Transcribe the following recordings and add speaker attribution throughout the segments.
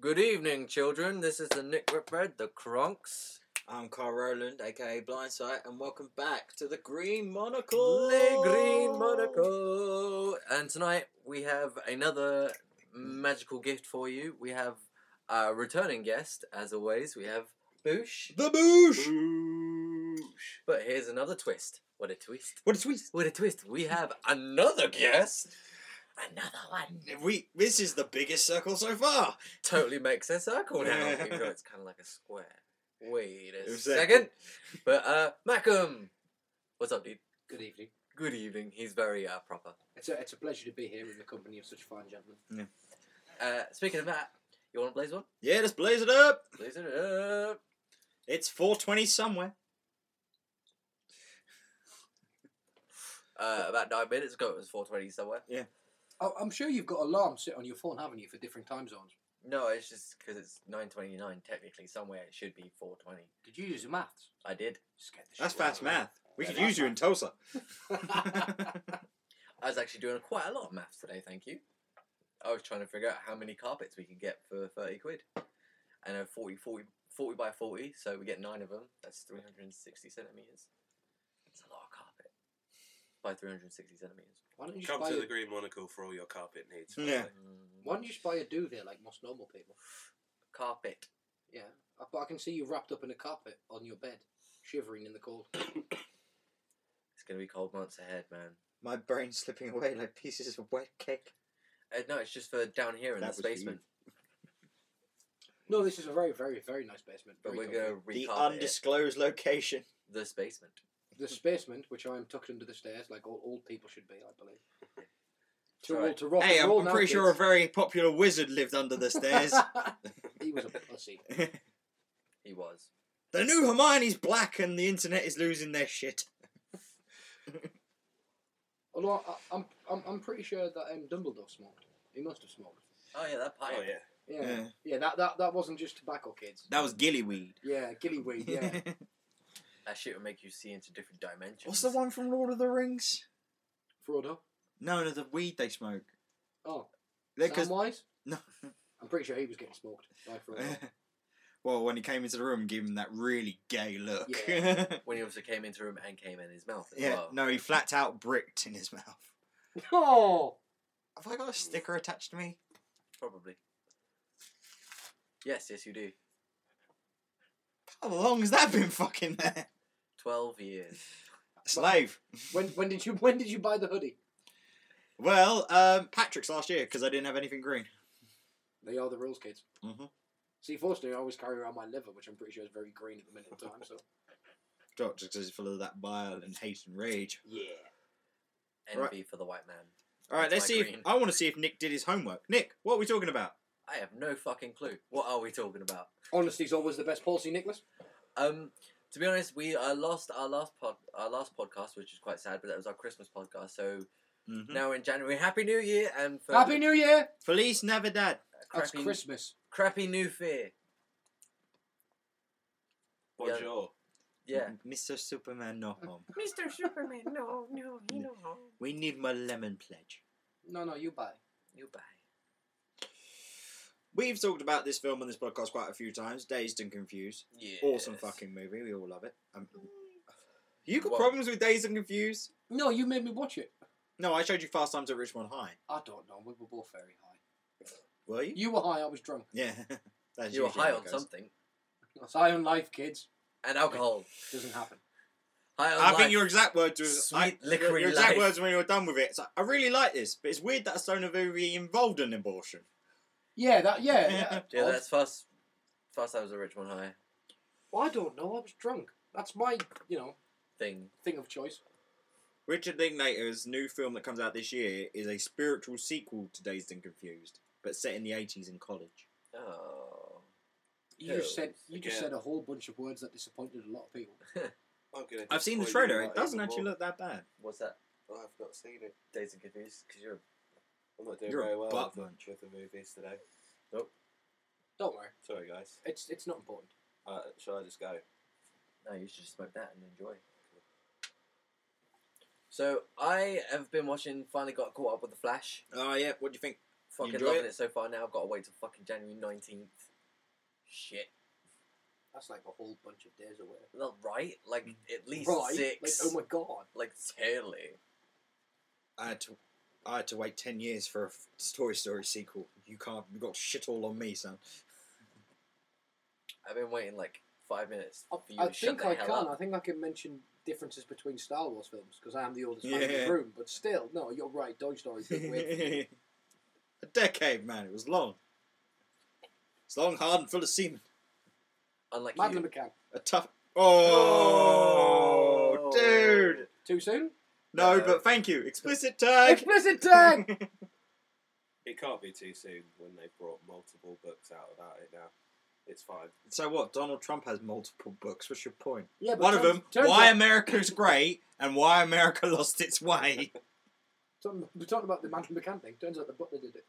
Speaker 1: Good evening, children. This is the Nick Whitbread, the Cronks.
Speaker 2: I'm Carl Rowland, aka Blindsight, and welcome back to the Green Monocle.
Speaker 1: Le Green Monaco. And tonight we have another magical gift for you. We have a returning guest, as always. We have Boosh.
Speaker 2: The Boosh.
Speaker 1: Boosh. But here's another twist. What a twist.
Speaker 2: What a twist!
Speaker 1: What a twist. We have another guest. Another one.
Speaker 2: We this is the biggest circle so far.
Speaker 1: Totally makes a circle now.
Speaker 2: Yeah.
Speaker 1: Even though it's kind of like a square. Wait a
Speaker 2: Exactly.
Speaker 1: second. But, uh, Macum. What's up, dude?
Speaker 3: Good evening.
Speaker 1: Good evening. He's very uh, proper.
Speaker 3: It's a, it's a pleasure to be here in the company of such fine gentlemen.
Speaker 1: Uh, speaking of that, you want to blaze one?
Speaker 2: Yeah, let's blaze it up.
Speaker 1: Blaze it up.
Speaker 2: It's 4:20 somewhere.
Speaker 1: Uh, about nine minutes ago, it was four twenty somewhere.
Speaker 3: Oh, I'm sure you've got alarms set on your phone, haven't you, for different time zones?
Speaker 1: No, it's just because it's nine twenty nine. Technically, somewhere it should be four twenty.
Speaker 3: Did you use the maths?
Speaker 1: I did.
Speaker 3: Scared the
Speaker 2: That's
Speaker 3: shit out
Speaker 2: fast
Speaker 3: of me.
Speaker 2: math. We
Speaker 3: Yeah,
Speaker 2: could
Speaker 3: that's
Speaker 2: use you in Tulsa.
Speaker 1: I was actually doing quite a lot of maths today. Thank you. I was trying to figure out how many carpets we could get for thirty quid, and a 40, 40, 40 by forty. So we get nine of them. That's three hundred and sixty centimeters. That's a lot of carpet by three hundred and sixty centimeters.
Speaker 3: Why don't you just
Speaker 4: Come
Speaker 3: buy
Speaker 4: to
Speaker 3: a,
Speaker 4: the Green Monocle for all your carpet needs.
Speaker 2: Yeah.
Speaker 1: Mm,
Speaker 3: Why don't you just buy a duvet like most normal people?
Speaker 1: carpet.
Speaker 3: Yeah, I- but I can see you wrapped up in a carpet on your bed, shivering in the cold.
Speaker 1: It's gonna be cold months ahead, man.
Speaker 2: My brain's slipping away like pieces of wet cake.
Speaker 1: Uh, no, it's just for down here in
Speaker 2: That
Speaker 1: this
Speaker 2: was for you.
Speaker 1: basement.
Speaker 3: No, this is a very, very, very nice basement.
Speaker 1: But
Speaker 3: Very
Speaker 1: we're
Speaker 3: comfy.
Speaker 1: gonna
Speaker 2: The
Speaker 1: recarpet it.
Speaker 2: undisclosed location.
Speaker 1: this basement.
Speaker 3: This basement, which I am tucked under the stairs, like all old people should be, I believe. Too
Speaker 1: Sorry.
Speaker 3: old to rock
Speaker 2: Hey,
Speaker 3: and
Speaker 2: I'm,
Speaker 3: roll
Speaker 2: I'm
Speaker 3: now,
Speaker 2: pretty sure a
Speaker 3: kids.
Speaker 2: very popular wizard lived under the stairs.
Speaker 3: he was a pussy.
Speaker 1: He was.
Speaker 2: the new Hermione's black, and the internet is losing their shit.
Speaker 3: Although I, I'm, I'm, I'm pretty sure that um, Dumbledore smoked. He must have smoked.
Speaker 1: Oh yeah, that pipe.
Speaker 4: Oh yeah.
Speaker 3: Yeah. yeah,
Speaker 2: Yeah.
Speaker 3: That, that that wasn't just tobacco, kids.
Speaker 2: That was gillyweed.
Speaker 3: Yeah, gillyweed. Yeah,
Speaker 1: That shit would make you see into different dimensions.
Speaker 2: What's the one from Lord of the Rings?
Speaker 3: Frodo.
Speaker 2: No, no, the weed they smoke.
Speaker 3: Oh,
Speaker 2: They're 'cause-
Speaker 3: Samwise.
Speaker 2: No.
Speaker 3: I'm pretty sure he was getting smoked by Frodo.
Speaker 2: well, when he came into the room, and gave him that really gay look. Yeah,
Speaker 3: Yeah.
Speaker 1: When he also came into the room and came in his mouth as well.
Speaker 2: no, he flat out bricked in his mouth.
Speaker 3: oh,
Speaker 2: Have I got a sticker attached to me?
Speaker 1: Probably. Yes, yes you do.
Speaker 2: How long has that been fucking there?
Speaker 1: Twelve years.
Speaker 2: Slave.
Speaker 3: when when did you when did you buy the hoodie?
Speaker 2: Well, um, Patrick's last year because I didn't have anything green.
Speaker 3: They are the rules, kids.
Speaker 2: Mhm.
Speaker 3: See, fortunately, I always carry around my liver, which I'm pretty sure is very green at the minute in time. So
Speaker 2: Doctor, because it's full of that bile and hate and rage.
Speaker 3: yeah,
Speaker 1: Envy
Speaker 2: Right.
Speaker 1: for the white man.
Speaker 2: All right,
Speaker 1: That's
Speaker 2: let's
Speaker 1: my
Speaker 2: see. If,
Speaker 1: green.
Speaker 2: I want to see if Nick did his homework. Nick, what are we talking about?
Speaker 1: I have no fucking clue. What are we talking about?
Speaker 3: honesty's always the best policy, Nicholas.
Speaker 1: Um, to be honest, we uh, lost our last pod, our last podcast, which is quite sad, but that was our Christmas podcast. So
Speaker 2: Mhm.
Speaker 1: now we're in January, Happy New Year, and for
Speaker 3: Happy New Year.
Speaker 2: Feliz Navidad.
Speaker 3: That's
Speaker 1: crappy,
Speaker 3: Christmas.
Speaker 1: crappy new fear.
Speaker 4: Bonjour.
Speaker 1: Yeah,
Speaker 2: Mr. Superman, no home.
Speaker 5: Mr. Superman, no, no, he no home.
Speaker 2: We need my lemon pledge.
Speaker 3: No, no, you buy.
Speaker 1: you buy.
Speaker 2: We've talked about this film on this podcast quite a few times. Dazed and Confused.
Speaker 1: Yeah.
Speaker 2: Awesome fucking movie. We all love it. Um, you got
Speaker 1: Well-
Speaker 2: problems with Dazed and Confused?
Speaker 3: No, you made me watch it.
Speaker 2: No, I showed you Fast Times at Richmond High.
Speaker 3: I don't know. We were both very high.
Speaker 2: Were you?
Speaker 3: You were high. I was drunk.
Speaker 2: Yeah. That's
Speaker 1: You were
Speaker 2: usually
Speaker 1: high
Speaker 2: how it
Speaker 1: on
Speaker 2: goes.
Speaker 1: something
Speaker 3: That's high on life, kids.
Speaker 1: and alcohol.
Speaker 3: Doesn't happen.
Speaker 1: High on
Speaker 2: I think
Speaker 1: life.
Speaker 2: your exact words was
Speaker 1: Sweet
Speaker 2: I, your,
Speaker 1: liquory
Speaker 2: your exact
Speaker 1: life.
Speaker 2: words when you were done with it. It's like, I really like this, but it's weird that a stoner movie involved an abortion.
Speaker 3: Yeah, that. Yeah, yeah.
Speaker 1: Yeah,
Speaker 2: Oh.
Speaker 3: Odd.
Speaker 1: that's fast. Fast times at Richmond High
Speaker 3: Well, I don't know. I was drunk. That's my, you know,
Speaker 1: thing.
Speaker 3: thing of choice.
Speaker 2: Richard Linklater's new film that comes out this year is a spiritual sequel to Dazed and Confused, but set in the eighties in college.
Speaker 1: Oh.
Speaker 3: You just said you just
Speaker 4: Again.
Speaker 3: said a whole bunch of words that disappointed a lot of people.
Speaker 4: I'm gonna
Speaker 2: I've seen the
Speaker 4: disappoint you
Speaker 2: trailer;
Speaker 4: right
Speaker 2: it doesn't
Speaker 4: even
Speaker 2: actually
Speaker 4: more.
Speaker 2: look that bad.
Speaker 1: What's that?
Speaker 4: Oh, I've not seen it.
Speaker 1: Days and Confused? Because you're.
Speaker 4: I'm not doing
Speaker 2: You're a
Speaker 4: very well
Speaker 2: butt
Speaker 4: with the,
Speaker 2: munch.
Speaker 4: with the movies today.
Speaker 3: Don't worry,
Speaker 4: Sorry, guys.
Speaker 3: it's it's not important.
Speaker 4: Uh, shall I just go?
Speaker 1: No, you should just smoke that and enjoy. So I have been watching. Finally got caught up with the Flash.
Speaker 2: Oh yeah, what do you think?
Speaker 1: Fucking
Speaker 2: enjoy
Speaker 1: loving
Speaker 2: it?
Speaker 1: it? so far. Now I've got to wait till fucking January nineteenth. Shit,
Speaker 3: That's like a whole bunch of days away.
Speaker 1: not right. Like
Speaker 2: Mm.
Speaker 1: at least
Speaker 3: right?
Speaker 1: six.
Speaker 3: Like, oh my god.
Speaker 1: Like seriously,
Speaker 2: I had to, I had to wait ten years for a f- Toy Story sequel. You can't. You got shit all on me, son.
Speaker 1: I've been waiting like five minutes
Speaker 3: I,
Speaker 1: for you
Speaker 3: Oh, I
Speaker 1: to shut
Speaker 3: think
Speaker 1: the
Speaker 3: I
Speaker 1: hell
Speaker 3: can. I
Speaker 1: up.
Speaker 3: think I can mention differences between Star Wars films because I am the oldest man in
Speaker 2: Yeah.
Speaker 3: the room. But still, no, you're right. Toy Story did wait. for me.
Speaker 2: a decade, man. It was long. It's long, hard, and full of semen.
Speaker 1: Unlike
Speaker 3: Madeleine
Speaker 1: you.
Speaker 3: McCann.
Speaker 2: A tough. Oh,
Speaker 1: Oh.
Speaker 2: dude.
Speaker 3: Too soon?
Speaker 2: No,
Speaker 1: No.
Speaker 2: but thank you. Explicit tag.
Speaker 3: Explicit tag.
Speaker 4: It can't be too soon when they've brought multiple books out about it now. It's fine.
Speaker 2: so what? Donald Trump has multiple books. What's your point?
Speaker 3: Yeah, but
Speaker 2: One of
Speaker 3: turns-
Speaker 2: them,
Speaker 3: turns
Speaker 2: Why
Speaker 3: out-
Speaker 2: America's Great and Why America Lost Its Way.
Speaker 3: Talking- We're talking about the Madeleine McCann thing. Turns out the butler did it.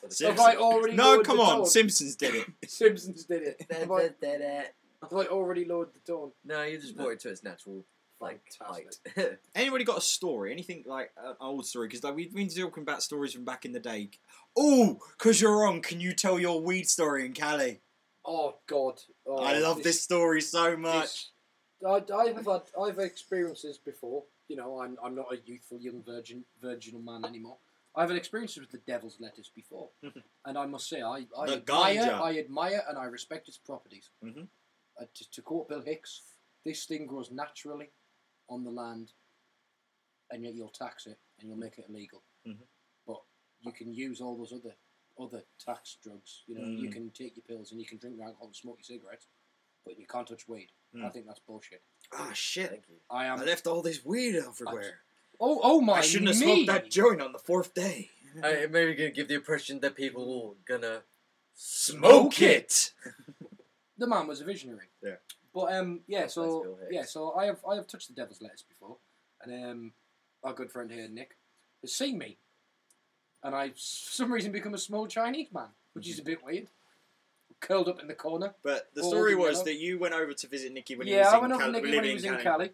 Speaker 1: For the
Speaker 2: Seriously.
Speaker 3: Have I already?
Speaker 2: No,
Speaker 3: lowered
Speaker 2: come
Speaker 3: the
Speaker 2: on.
Speaker 3: tone?
Speaker 2: Simpsons did it.
Speaker 3: Simpsons did it. Have I,
Speaker 1: Simpsons.
Speaker 3: have I already lowered the tone?
Speaker 1: no, you just brought it to its natural like height.
Speaker 3: Fantastic.
Speaker 2: Anybody got a story? Anything like an old story? Because like we've been talking about stories from back in the day. Oh, because you're on. Can you tell your weed story in Cali?
Speaker 3: Oh God! Oh,
Speaker 2: I love this story so much.
Speaker 3: this- I, I have had I've had experiences before. You know, I'm, I'm not a youthful young virgin virginal man anymore. I've had experiences with the devil's lettuce before, and I must say I, I
Speaker 2: The
Speaker 3: admire
Speaker 2: ganja.
Speaker 3: I admire and I respect its properties.
Speaker 2: Mhm.
Speaker 3: Uh, to, to quote Bill Hicks, this thing grows naturally on the land, and yet you'll tax it and you'll make it illegal.
Speaker 2: Mhm.
Speaker 3: But you can use all those other other tax drugs. You know, you
Speaker 2: Mm.
Speaker 3: can take your pills and you can drink your alcohol and smoke your cigarettes, but you can't touch weed. I
Speaker 2: Mm.
Speaker 3: think that's bullshit.
Speaker 2: Ah shit!
Speaker 1: Thank you.
Speaker 3: I am.
Speaker 2: I left all this weed everywhere.
Speaker 3: Oh, oh my!
Speaker 2: I shouldn't have
Speaker 3: knee!
Speaker 2: smoked that joint on the fourth day.
Speaker 1: Uh, it maybe gonna give the impression that people are gonna
Speaker 2: Smoke it.
Speaker 3: the man was a visionary.
Speaker 2: Yeah.
Speaker 3: But um, yeah.
Speaker 1: That's
Speaker 3: So
Speaker 1: Bill Hicks.
Speaker 3: yeah. So I have I have touched the devil's lettuce before, and um, our good friend here, Nick, has seen me, and I for some reason become a small Chinese man, which is a bit weird. Curled up in the corner.
Speaker 2: But the
Speaker 3: Bald
Speaker 2: story
Speaker 3: and
Speaker 2: was
Speaker 3: yellow.
Speaker 2: that you went over to visit Nikki when
Speaker 3: yeah, I
Speaker 2: he was
Speaker 3: went
Speaker 2: in
Speaker 3: over
Speaker 2: Cali.
Speaker 3: to Nicky when
Speaker 2: living
Speaker 3: he was in Cali,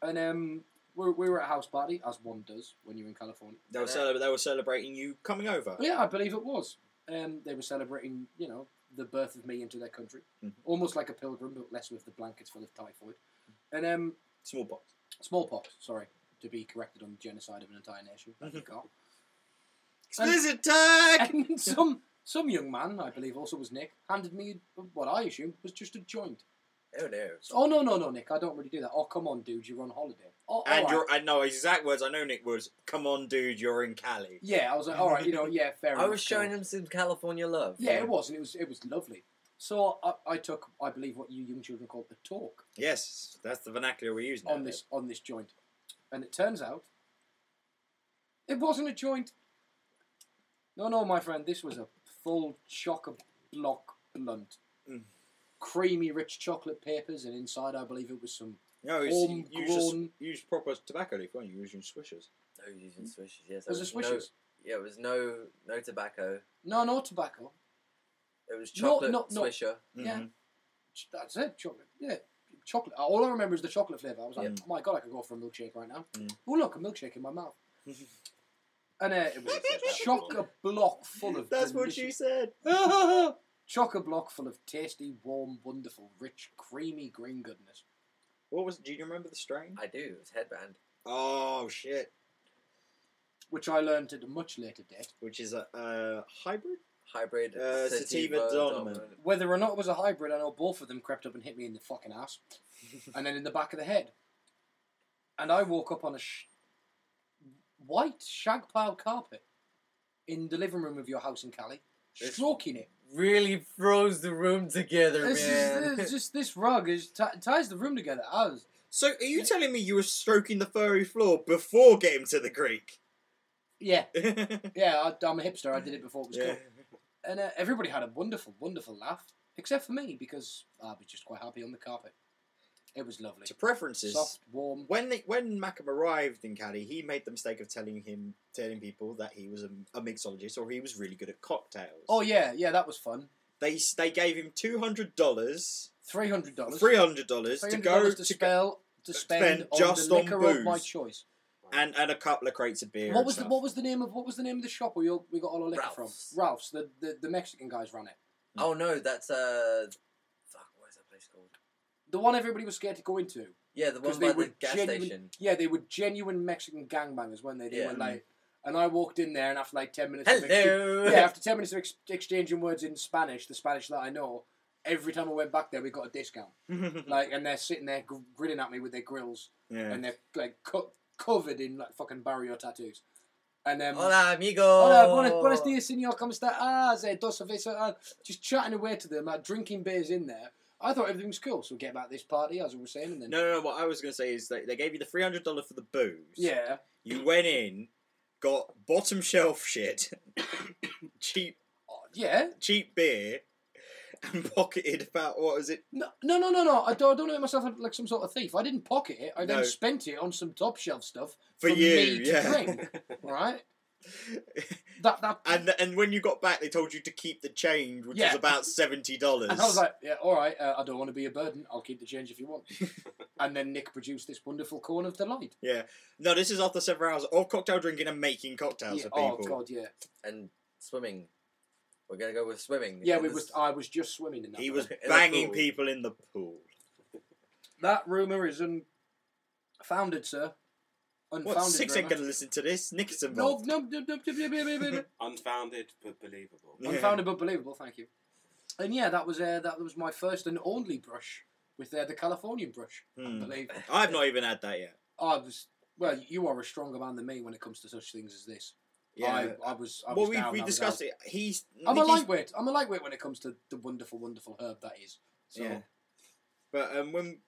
Speaker 3: and um, we we were at a house party as one does when you're in California.
Speaker 2: They were, cele- they were celebrating you coming over.
Speaker 3: Yeah, I believe it was. Um, they were celebrating, you know, the birth of me into their country,
Speaker 2: Mhm.
Speaker 3: almost like a pilgrim, but less with the blankets full of typhoid and um,
Speaker 2: Smallpox.
Speaker 3: smallpox. Sorry, to be corrected on the genocide of an entire nation. That you got.
Speaker 2: Explicit tag.
Speaker 3: And some some young man, I believe, also was Nick, handed me what I assume was just a joint.
Speaker 1: Oh no.
Speaker 3: So, oh no no no, Nick, I don't really do that. Oh come on, dude, you're on holiday. Oh,
Speaker 2: And
Speaker 3: alright.
Speaker 2: your I know exact words. I know Nick words. Come on, dude, you're in Cali.
Speaker 3: yeah, I was like, all right, you know, yeah, fair enough.
Speaker 1: I was
Speaker 3: cool.
Speaker 1: showing him some California love.
Speaker 3: Yeah, it was, and it was it was lovely. So I, I took, I believe, what you young children call a talk
Speaker 2: Yes, that's the vernacular we use now.
Speaker 3: on this on this joint, and it turns out it wasn't a joint. No, no, my friend, this was a full chocolate block blunt,
Speaker 2: Mm.
Speaker 3: creamy, rich chocolate papers, and inside, I believe it was some.
Speaker 2: No, it's, you you just
Speaker 3: homegrown-
Speaker 2: use proper tobacco leaf, weren't you? You was using swishers.
Speaker 1: Oh, you're using swishes. Yes.
Speaker 3: It was a
Speaker 1: there
Speaker 3: swishes.
Speaker 1: No, yeah, it was no no tobacco.
Speaker 3: No, no tobacco.
Speaker 1: It was
Speaker 3: No,
Speaker 1: chocolate
Speaker 3: no, no.
Speaker 1: swisher.
Speaker 3: Yeah.
Speaker 2: Mm-hmm.
Speaker 3: Ch- That's it, chocolate. Yeah, chocolate. All I remember is the chocolate flavour. I was like,
Speaker 2: Mm.
Speaker 3: oh my god, I could go for a milkshake right now.
Speaker 2: Mm.
Speaker 3: Oh look, a milkshake in my mouth. and uh, it was chock a block full of. delicious-
Speaker 2: said.
Speaker 3: Chock a block full of tasty, warm, wonderful, rich, creamy green goodness.
Speaker 2: What was? Do you remember the strain?
Speaker 1: I do. It was headband.
Speaker 2: Oh shit!
Speaker 3: Which I learned at a much later date.
Speaker 2: Which is a, a hybrid.
Speaker 1: Hybrid
Speaker 2: Uh,
Speaker 1: sativa,
Speaker 2: sativa
Speaker 1: dominant.
Speaker 2: dominant.
Speaker 3: Whether or not it was a hybrid, I know both of them crept up and hit me in the fucking ass, and then in the back of the head. And I woke up on a sh- white shag pile carpet in the living room of your house in Cali,
Speaker 1: This-
Speaker 3: stroking it.
Speaker 1: Really froze the room together,
Speaker 3: This
Speaker 1: man.
Speaker 3: is this, just this rug is t- ties the room together. I was
Speaker 2: So are you telling me you were stroking the furry floor before getting to the Greek?
Speaker 3: yeah
Speaker 2: yeah.
Speaker 3: yeah. I, I'm a hipster. I did it before it was cool. And uh, everybody had a wonderful, wonderful laugh, except for me because I was just quite happy on the carpet. It was lovely,
Speaker 2: To preferences.
Speaker 3: soft, warm.
Speaker 2: When they, when Macam arrived in Cali, he made the mistake of telling him telling people that he was a, a mixologist or he was really good at cocktails.
Speaker 3: Oh yeah, yeah, that was fun.
Speaker 2: They s- they gave him two hundred dollars,
Speaker 3: Three hundred dollars.
Speaker 2: three hundred dollars to go
Speaker 3: to
Speaker 2: to go.
Speaker 3: spell to
Speaker 2: to
Speaker 3: spend
Speaker 2: spend
Speaker 3: on
Speaker 2: just
Speaker 3: the
Speaker 2: on
Speaker 3: liquor of my
Speaker 2: booze.
Speaker 3: choice.
Speaker 2: and and a couple of crates of beer.
Speaker 3: What
Speaker 2: and
Speaker 3: was the,
Speaker 2: stuff.
Speaker 3: what was the name of what was the name of the shop where we all, we got all our liquor
Speaker 1: Ralph's.
Speaker 3: from? Ralph's. The, the the Mexican guys ran it.
Speaker 1: Oh no, that's uh, fuck, what is that place called?
Speaker 3: The one everybody was scared to go into.
Speaker 1: Yeah, the one
Speaker 3: 'Cause they
Speaker 1: by the
Speaker 3: were
Speaker 1: gas
Speaker 3: genuine-
Speaker 1: station.
Speaker 3: Yeah, they were genuine Mexican gangbangers when they, they
Speaker 1: Yeah.
Speaker 3: were like. And I walked in there, and after like ten minutes, of exchange-
Speaker 1: Hello.
Speaker 3: yeah, after ten minutes of ex- exchanging words in Spanish, the Spanish that I know, every time I went back there, we got a discount.
Speaker 2: Hmm.
Speaker 3: Like, and they're sitting there gr- grinning at me with their grills,
Speaker 2: yeah.
Speaker 3: and they're like co- covered in like fucking barrio tattoos. And then,
Speaker 2: Oh,
Speaker 1: Hola, amigo.
Speaker 3: Hola, buenos, buenos dias, señor. ¿Cómo está? Ah, ze, dos cervezas. Ah, just chatting away to them, like drinking beers in there. I thought everything was cool, so we get back to this party, as I was saying, and then
Speaker 2: No, no, no. What I was going to say is they, they gave you the three hundred dollar for the booze.
Speaker 3: yeah,
Speaker 2: You went in, got bottom shelf shit, cheap
Speaker 3: Oh, yeah.
Speaker 2: cheap beer, and pocketed about what was it?
Speaker 3: No, no, no, no, no. I don't, I don't know myself like some sort of thief. I didn't pocket it. I then
Speaker 2: No.
Speaker 3: spent it on some top shelf stuff
Speaker 2: For you,
Speaker 3: me to
Speaker 2: yeah.
Speaker 3: drink. Right. That that. And,
Speaker 2: And and when you got back, they told you to keep the change, which was
Speaker 3: Yeah.
Speaker 2: about seventy dollars.
Speaker 3: I was like, yeah, all right. Uh, I don't want to be a burden. I'll keep the change if you want. and then Nick produced this wonderful corn of delight.
Speaker 2: no, this is after several hours of cocktail drinking and making cocktails
Speaker 3: Yeah,
Speaker 2: for
Speaker 3: oh
Speaker 2: people.
Speaker 3: God, yeah,
Speaker 1: And swimming. We're gonna go with swimming.
Speaker 3: yeah. We
Speaker 1: because
Speaker 3: was, I was just swimming in that.
Speaker 2: He
Speaker 3: one.
Speaker 2: was
Speaker 1: In the
Speaker 2: banging
Speaker 1: pool.
Speaker 2: people in the pool.
Speaker 3: That rumor is unfounded, sir. Unfounded.
Speaker 2: What? Six ain't
Speaker 3: rumour.
Speaker 2: going to listen to this. Nick is
Speaker 3: No,
Speaker 2: involved.
Speaker 3: no, no, no, no, no, no, no, no.
Speaker 4: Unfounded but believable.
Speaker 2: Yeah.
Speaker 3: unfounded but believable. Thank you. And yeah, that was uh, that was my first and only brush with uh, the Californian brush. I
Speaker 2: Hmm.
Speaker 3: believe
Speaker 2: I've not even had that yet.
Speaker 3: I was. Well, you are a stronger man than me when it comes to such things as this. I, I was. I
Speaker 2: well,
Speaker 3: was
Speaker 2: we,
Speaker 3: down,
Speaker 2: we
Speaker 3: I was
Speaker 2: discussed
Speaker 3: out.
Speaker 2: it. He's.
Speaker 3: I'm a
Speaker 2: Nicky's-
Speaker 3: lightweight. I'm a lightweight when it comes to the wonderful, wonderful herb that is. So
Speaker 2: Yeah. But um, when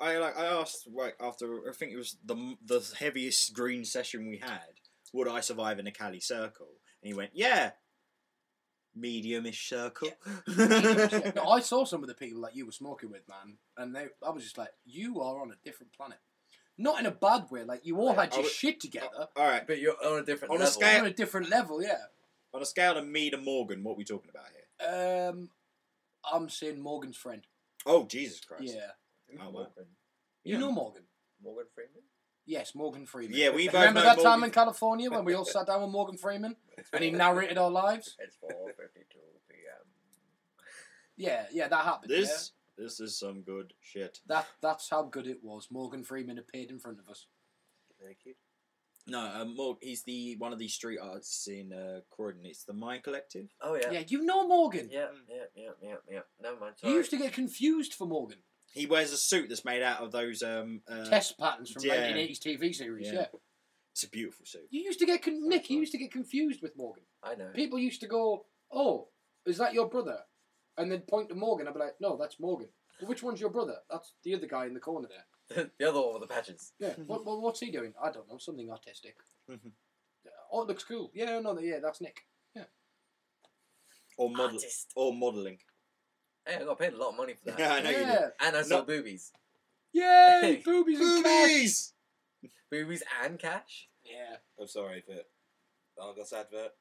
Speaker 2: I like I asked like after I think it was the m- the heaviest green session we had, would I survive in a Cali circle? And he went, yeah, mediumish circle.
Speaker 3: no, I saw some of the people that you were smoking with, man, and they, I was just like, you are on a different planet. Not in a bad way, like you all
Speaker 2: Yeah,
Speaker 3: had
Speaker 2: I
Speaker 3: your
Speaker 2: would-
Speaker 3: shit together.
Speaker 2: All right,
Speaker 1: But you're on a different
Speaker 2: On a
Speaker 1: level.
Speaker 2: scale-
Speaker 3: on a different level, yeah.
Speaker 2: on a scale of me to Morgan, what are we talking about here?
Speaker 3: Um, I'm saying Morgan's friend.
Speaker 2: Oh Jesus Christ!
Speaker 3: Yeah.
Speaker 2: Oh, wow.
Speaker 1: Morgan.
Speaker 3: You know Morgan?
Speaker 1: Morgan Freeman.
Speaker 3: Yes, Morgan Freeman.
Speaker 2: Yeah, we both
Speaker 3: Remember
Speaker 2: know
Speaker 3: that
Speaker 2: Morgan.
Speaker 3: time in California when we all sat down with Morgan Freeman and he narrated our lives?
Speaker 1: It's four fifty-two p.m.
Speaker 3: Yeah, yeah, that happened.
Speaker 2: This this is some good shit.
Speaker 3: yeah. That that's how good it was. Morgan Freeman appeared in front of us.
Speaker 1: Thank you.
Speaker 2: No, um, Morg, he's the one of the street artists in uh, Croydon. It's the Mine Collective.
Speaker 1: Oh
Speaker 3: Yeah,
Speaker 1: yeah.
Speaker 3: you know Morgan.
Speaker 1: Yeah, yeah, yeah, yeah, yeah. Never mind.
Speaker 3: You used to get confused for Morgan.
Speaker 2: He wears a suit that's made out of those. Um, uh,
Speaker 3: Test patterns from
Speaker 2: yeah.
Speaker 3: 1980s TV series.
Speaker 2: Yeah.
Speaker 3: Yeah.
Speaker 2: It's a beautiful suit.
Speaker 3: You used to get con- Nick. You used to get confused with Morgan.
Speaker 1: I know.
Speaker 3: People used to go, "Oh, is that your brother?" And then point to Morgan. I'd be like, "No, that's Morgan." Well, which one's your brother? That's the other guy in the corner there.
Speaker 1: the other one with the patches.
Speaker 3: Yeah. what, what, what's he doing? I don't know. Something artistic.
Speaker 2: Mhm.
Speaker 3: oh, it looks cool. Yeah, no, yeah, that's Nick.
Speaker 2: Or model,
Speaker 1: Artist.
Speaker 2: or modelling.
Speaker 1: Hey, I got paid a lot of money for that.
Speaker 2: Yeah, I know you did.
Speaker 3: yeah.
Speaker 1: And I saw
Speaker 2: No.
Speaker 1: boobies,
Speaker 3: Yay! Boobies and cash.
Speaker 2: Boobies!
Speaker 1: boobies and cash.
Speaker 3: Yeah.
Speaker 4: I'm sorry, but the Argos advert.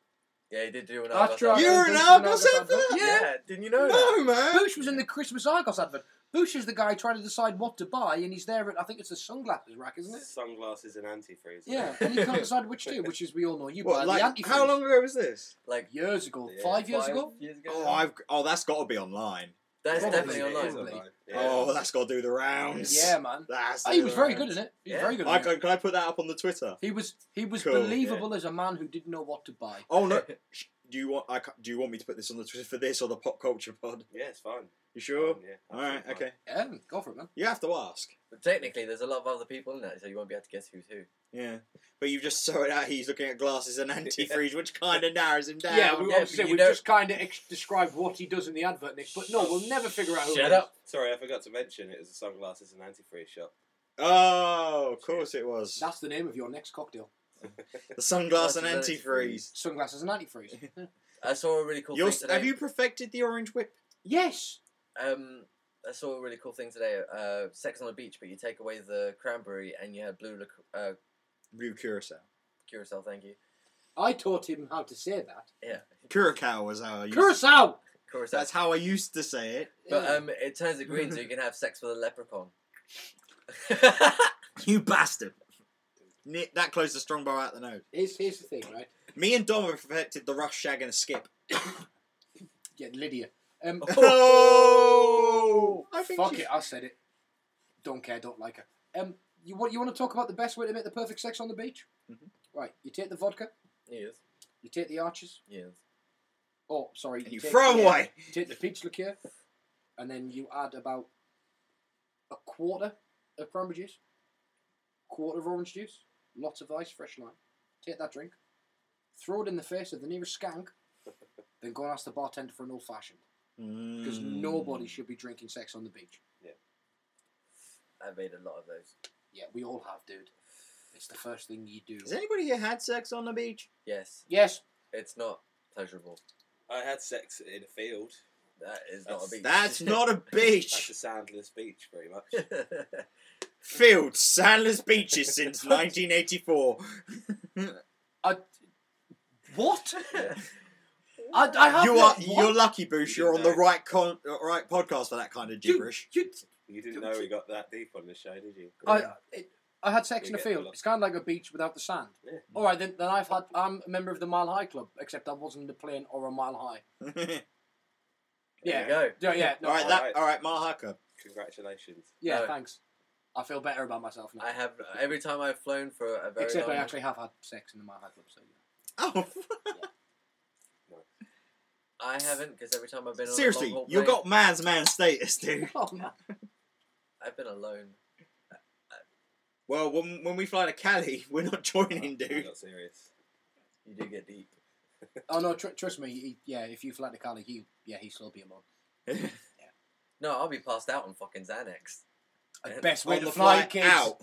Speaker 1: Yeah, he did do an.
Speaker 3: After
Speaker 1: Argos
Speaker 3: I-
Speaker 2: You're
Speaker 1: advert.
Speaker 2: an
Speaker 3: Boobies
Speaker 2: Argos
Speaker 3: and Argos
Speaker 2: advert?
Speaker 3: advert.
Speaker 1: yeah.
Speaker 3: Yeah.
Speaker 1: Didn't you know that?
Speaker 2: No, man.
Speaker 3: Boosh was in the Christmas Argos advert. Boosh is the guy trying to decide what to buy, and he's there at I think it's the sunglasses rack, isn't it?
Speaker 4: Sunglasses and antifreeze.
Speaker 3: Yeah, and he can't decide which two, which is we all know you buy
Speaker 2: What,
Speaker 3: the
Speaker 2: like,
Speaker 3: antifreeze.
Speaker 2: how long ago was this?
Speaker 1: Like
Speaker 3: Years ago,
Speaker 4: Yeah,
Speaker 3: five years
Speaker 1: five
Speaker 3: ago.
Speaker 1: Years ago.
Speaker 2: Oh, I've, oh that's got to be online.
Speaker 1: That's
Speaker 3: Probably
Speaker 1: definitely
Speaker 3: it
Speaker 1: online.
Speaker 3: is. Probably.
Speaker 4: Yeah.
Speaker 2: Oh, that's got to do the rounds.
Speaker 3: Yeah, man.
Speaker 2: That's
Speaker 3: he was very good in it. He was
Speaker 1: Yeah.
Speaker 3: very good.
Speaker 2: I
Speaker 3: At it.
Speaker 2: can, can I put that up on the Twitter?
Speaker 3: He was he was
Speaker 2: Cool,
Speaker 3: believable as a man who didn't know what to buy.
Speaker 2: Oh look, sh- do you want I ca- do you want me to put this on the Twitter for this or the pop culture pod?
Speaker 4: Yeah, it's fine.
Speaker 2: You sure?
Speaker 4: Fine, Um, yeah,
Speaker 2: All right,
Speaker 4: absolutely
Speaker 2: okay.
Speaker 3: Um, Yeah, go for it, man.
Speaker 2: You have to ask.
Speaker 1: But technically, there's a lot of other people in that, so you won't be able to guess who's who.
Speaker 2: Yeah, but you've just saw it out. He's looking at glasses and antifreeze, which kind of narrows him down.
Speaker 3: Yeah, we
Speaker 1: yeah,
Speaker 3: obviously
Speaker 1: but you
Speaker 3: we
Speaker 1: don't-
Speaker 3: just kind of ex- described what he does in the advert, Nick. But no, we'll never figure out who.
Speaker 1: Shut
Speaker 3: it is.
Speaker 1: up.
Speaker 4: fine. Sorry, I forgot to mention it was a sunglasses and antifreeze shop.
Speaker 2: Oh, of course it was.
Speaker 3: That's the name of your next cocktail:
Speaker 2: The sunglass and
Speaker 1: That's
Speaker 2: antifreeze.
Speaker 3: sunglasses and antifreeze. Yeah.
Speaker 1: I saw a really cool
Speaker 2: You're,
Speaker 1: thing today.
Speaker 2: have you perfected the orange whip?
Speaker 3: yes.
Speaker 1: Um, I saw a really cool thing today. Uh, sex on the beach, but you take away the cranberry and you had blue lic- uh,
Speaker 2: Blue curacao.
Speaker 1: curacao. Thank you.
Speaker 3: I taught him how to say that.
Speaker 1: Yeah,
Speaker 2: Curacao was how I used.
Speaker 3: Curacao.
Speaker 1: curacao.
Speaker 2: That's how I used to say it.
Speaker 1: but
Speaker 3: Yeah.
Speaker 1: um, it turns it green, so you can have sex with a leprechaun.
Speaker 2: You bastard. Ni- that closed the strong bow out the nose.
Speaker 3: Here's, here's the thing, right?
Speaker 2: Me and Dom have perfected the rough shag and a skip.
Speaker 3: Yeah, Lydia. Um,
Speaker 2: Oh! I think
Speaker 3: fuck
Speaker 2: she's-
Speaker 3: it, I said it. Don't care, don't like her. Um, you want you want to talk about the best way to make the perfect sex on the beach?
Speaker 2: Mhm.
Speaker 3: Right, you take the vodka,
Speaker 1: Yes.
Speaker 3: you take the arches.
Speaker 1: Yes.
Speaker 3: Oh, sorry,
Speaker 2: And you
Speaker 3: take
Speaker 2: throw
Speaker 3: the, uh,
Speaker 2: away.
Speaker 3: you take the peach liqueur, and then you add about a quarter of cranberry juice, quarter of orange juice, lots of ice, fresh lime. Take that drink, throw it in the face of the nearest skank, then go and ask the bartender for an old fashioned.
Speaker 2: Mm.
Speaker 3: Because
Speaker 2: Hmm.
Speaker 3: nobody should be drinking sex on the beach.
Speaker 1: I've made a lot of those.
Speaker 3: Yeah, we all have, dude. It's the first thing you do.
Speaker 2: Has anybody here had sex on the beach?
Speaker 1: Yes.
Speaker 3: Yes.
Speaker 1: It's not pleasurable.
Speaker 4: I had sex in a field.
Speaker 1: That is not a
Speaker 4: That's-
Speaker 1: beach.
Speaker 2: That's not a
Speaker 4: That's
Speaker 2: beach.
Speaker 4: a sandless beach, pretty much.
Speaker 2: Field sandless beaches since 1984.
Speaker 3: I, what? I,
Speaker 5: I,
Speaker 3: I have
Speaker 2: You
Speaker 3: no-
Speaker 2: are
Speaker 3: what?
Speaker 2: you're lucky, Boosh. You're on the
Speaker 4: No.
Speaker 2: right con- uh, right podcast for that kind of
Speaker 3: You-
Speaker 2: gibberish.
Speaker 3: you-
Speaker 4: You didn't know we got that deep on the show, did you?
Speaker 3: I, it, I had sex in
Speaker 4: You
Speaker 3: a
Speaker 4: get
Speaker 3: field.
Speaker 4: lost.
Speaker 3: It's kind of like a beach without the sand.
Speaker 4: Yeah.
Speaker 3: All right, then, then I've had. I'm a member of the Mile High Club, except I wasn't in a plane or a mile high.
Speaker 1: There
Speaker 3: Yeah.
Speaker 1: you go.
Speaker 3: Yeah, yeah, no,
Speaker 2: all right, that
Speaker 4: alright.
Speaker 2: all right, Mahaka.
Speaker 4: Congratulations.
Speaker 3: Yeah,
Speaker 1: No.
Speaker 3: thanks. I feel better about myself now.
Speaker 1: I have every time I've flown for a very
Speaker 3: except
Speaker 1: long.
Speaker 3: I actually have had sex in the Mile High Club. So yeah.
Speaker 2: Oh,
Speaker 1: I haven't because every time I've been on a
Speaker 2: seriously,
Speaker 1: long haul
Speaker 2: you
Speaker 1: plane,
Speaker 2: got man's man status, dude.
Speaker 3: Oh man.
Speaker 1: I've been alone.
Speaker 2: Well, when, when we fly to Cali, we're not joining,
Speaker 4: Oh, I'm
Speaker 2: dude.
Speaker 4: not serious.
Speaker 1: You do get deep.
Speaker 3: Oh no, tr- trust me. He, yeah, if you fly to Cali, he yeah he'll still be alone.
Speaker 1: No, I'll be passed out on fucking Xanax. Yeah.
Speaker 3: Best way
Speaker 2: On
Speaker 3: to
Speaker 2: the
Speaker 3: fly,
Speaker 2: flight
Speaker 3: kids.
Speaker 2: out.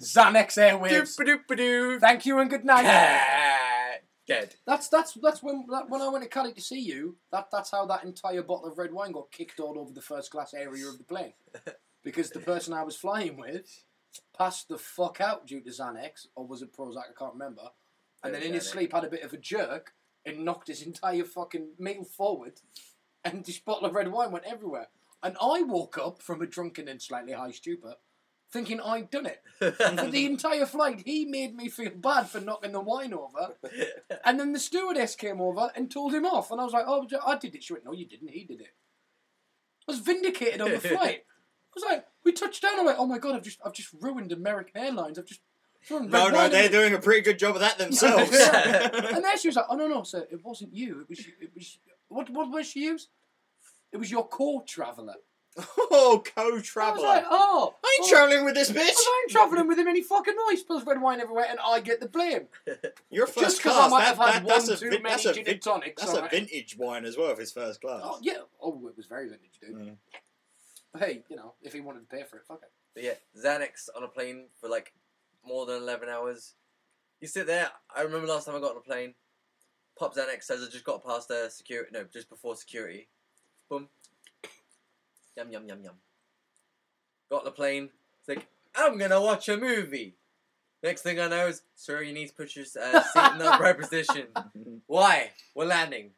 Speaker 3: Xanax Airwaves.
Speaker 1: Doop-a-doop-a-doo.
Speaker 3: Thank you and good night.
Speaker 1: Dead.
Speaker 3: That's that's that's when that, when I went to Cali to see you. That that's how that entire bottle of red wine got kicked all over the first class area of the plane, because the person I was flying with passed the fuck out due to Xanax or was it Prozac? I can't remember. And
Speaker 1: It
Speaker 3: then
Speaker 1: was
Speaker 3: in his
Speaker 1: Xanax.
Speaker 3: sleep had a bit of a jerk and knocked his entire fucking meal forward, and this bottle of red wine went everywhere. And I woke up from a drunken and slightly high stupor, thinking I'd done it. For the entire flight, he made me feel bad for knocking the wine over. And then the stewardess came over and told him off. And I was like, oh, I did it. She went, no, you didn't. He did it. I was vindicated on the flight. I was like, we touched down. I went, oh my God, I've just, I've just ruined American Airlines. I've just thrown
Speaker 2: No,
Speaker 3: red
Speaker 2: no,
Speaker 3: wine
Speaker 2: they're
Speaker 3: in
Speaker 2: doing a pretty good job of that themselves.
Speaker 1: Yeah.
Speaker 3: And then she was like, oh no, no, sir, it wasn't you. It was, it was, what, what was she used? It was your core traveller.
Speaker 2: oh,
Speaker 3: I was
Speaker 2: co-traveler.
Speaker 3: like,
Speaker 2: I
Speaker 3: oh. well,
Speaker 2: ain't traveling with this bitch.
Speaker 3: I ain't travelling with him any fucking noise. Spills red wine everywhere, and I get the blame.
Speaker 2: You're first
Speaker 3: Just because
Speaker 2: class.
Speaker 3: I might
Speaker 2: that,
Speaker 3: have had
Speaker 2: that-
Speaker 3: one
Speaker 2: that's a
Speaker 3: too
Speaker 2: vin-
Speaker 3: many
Speaker 2: that's a
Speaker 3: gin
Speaker 2: vin-
Speaker 3: and tonics.
Speaker 2: That's a
Speaker 3: alright.
Speaker 2: vintage wine as well if it's first class.
Speaker 3: Oh yeah. Oh, it was very vintage, dude.
Speaker 2: Mm.
Speaker 3: But hey, you know, if he wanted to pay for it, fuck it.
Speaker 1: But yeah, Xanax on a plane for like more than 11 hours. You sit there. I remember last time I got on a plane, Pop Xanax says I just got past their security. No, just before security. Boom. Yum, yum, yum, yum. Got on the plane. It's like, I'm going to watch a movie. Next thing I know is, sir, you need to put your uh, seat in the right position. Why? We're landing.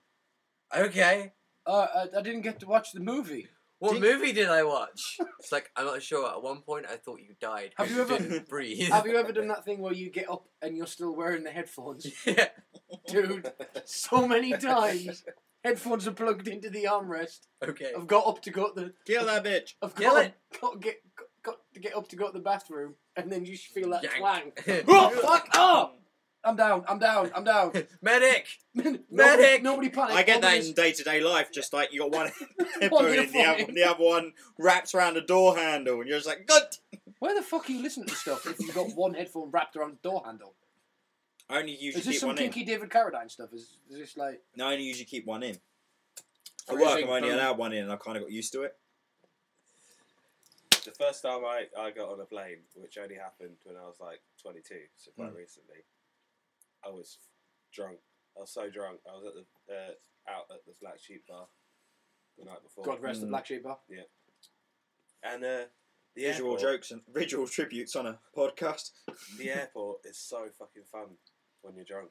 Speaker 1: Okay.
Speaker 3: Uh, I, I didn't get to watch the movie.
Speaker 1: What
Speaker 2: Did-
Speaker 1: movie did I watch? It's like I'm not sure. At one point, I thought you died. 'cause
Speaker 3: Have you ever-
Speaker 1: didn't breathe?
Speaker 3: Have you ever done that thing where you get up and you're still wearing the headphones,
Speaker 1: yeah.
Speaker 3: dude? So many times, headphones are plugged into the armrest.
Speaker 1: Okay.
Speaker 3: I've got up to go to the.
Speaker 2: Kill that bitch.
Speaker 3: I've
Speaker 1: Kill
Speaker 3: got,
Speaker 1: it.
Speaker 3: got to get got, got to get up to go to the bathroom, and then you just feel that
Speaker 1: Yank.
Speaker 3: twang. oh fuck! Oh, I'm down. I'm down. I'm down.
Speaker 1: Medic.
Speaker 3: nobody,
Speaker 1: Medic!
Speaker 3: nobody panic.
Speaker 2: I get that
Speaker 3: Nobody's-
Speaker 2: in day to day life, just like you got one headphone in, the other,
Speaker 3: phone.
Speaker 2: the other one wraps around a door handle, and you're just like, good.
Speaker 3: Where the fuck are you listening to stuff if you've got one headphone wrapped around the door handle?
Speaker 2: I only usually
Speaker 3: Is this
Speaker 2: keep
Speaker 3: some
Speaker 2: one in.
Speaker 3: kinky David Carradine stuff? Is, is this like
Speaker 2: No, I only usually keep one in. At
Speaker 3: Or
Speaker 2: work,
Speaker 3: is it
Speaker 2: I'm only
Speaker 3: boom?
Speaker 2: allowed one in, and I kind of got used to it.
Speaker 4: The first time I, I got on a plane, which only happened when I was like 22, so quite recently, I was drunk. I was so drunk. I was at the uh, out at the Black Sheep Bar the night before.
Speaker 3: God rest the
Speaker 2: Mm.
Speaker 3: black sheep bar?
Speaker 4: And uh, the
Speaker 2: Visual
Speaker 4: airport,
Speaker 2: jokes and visual tributes on a podcast.
Speaker 4: The airport is so fucking fun when you're drunk.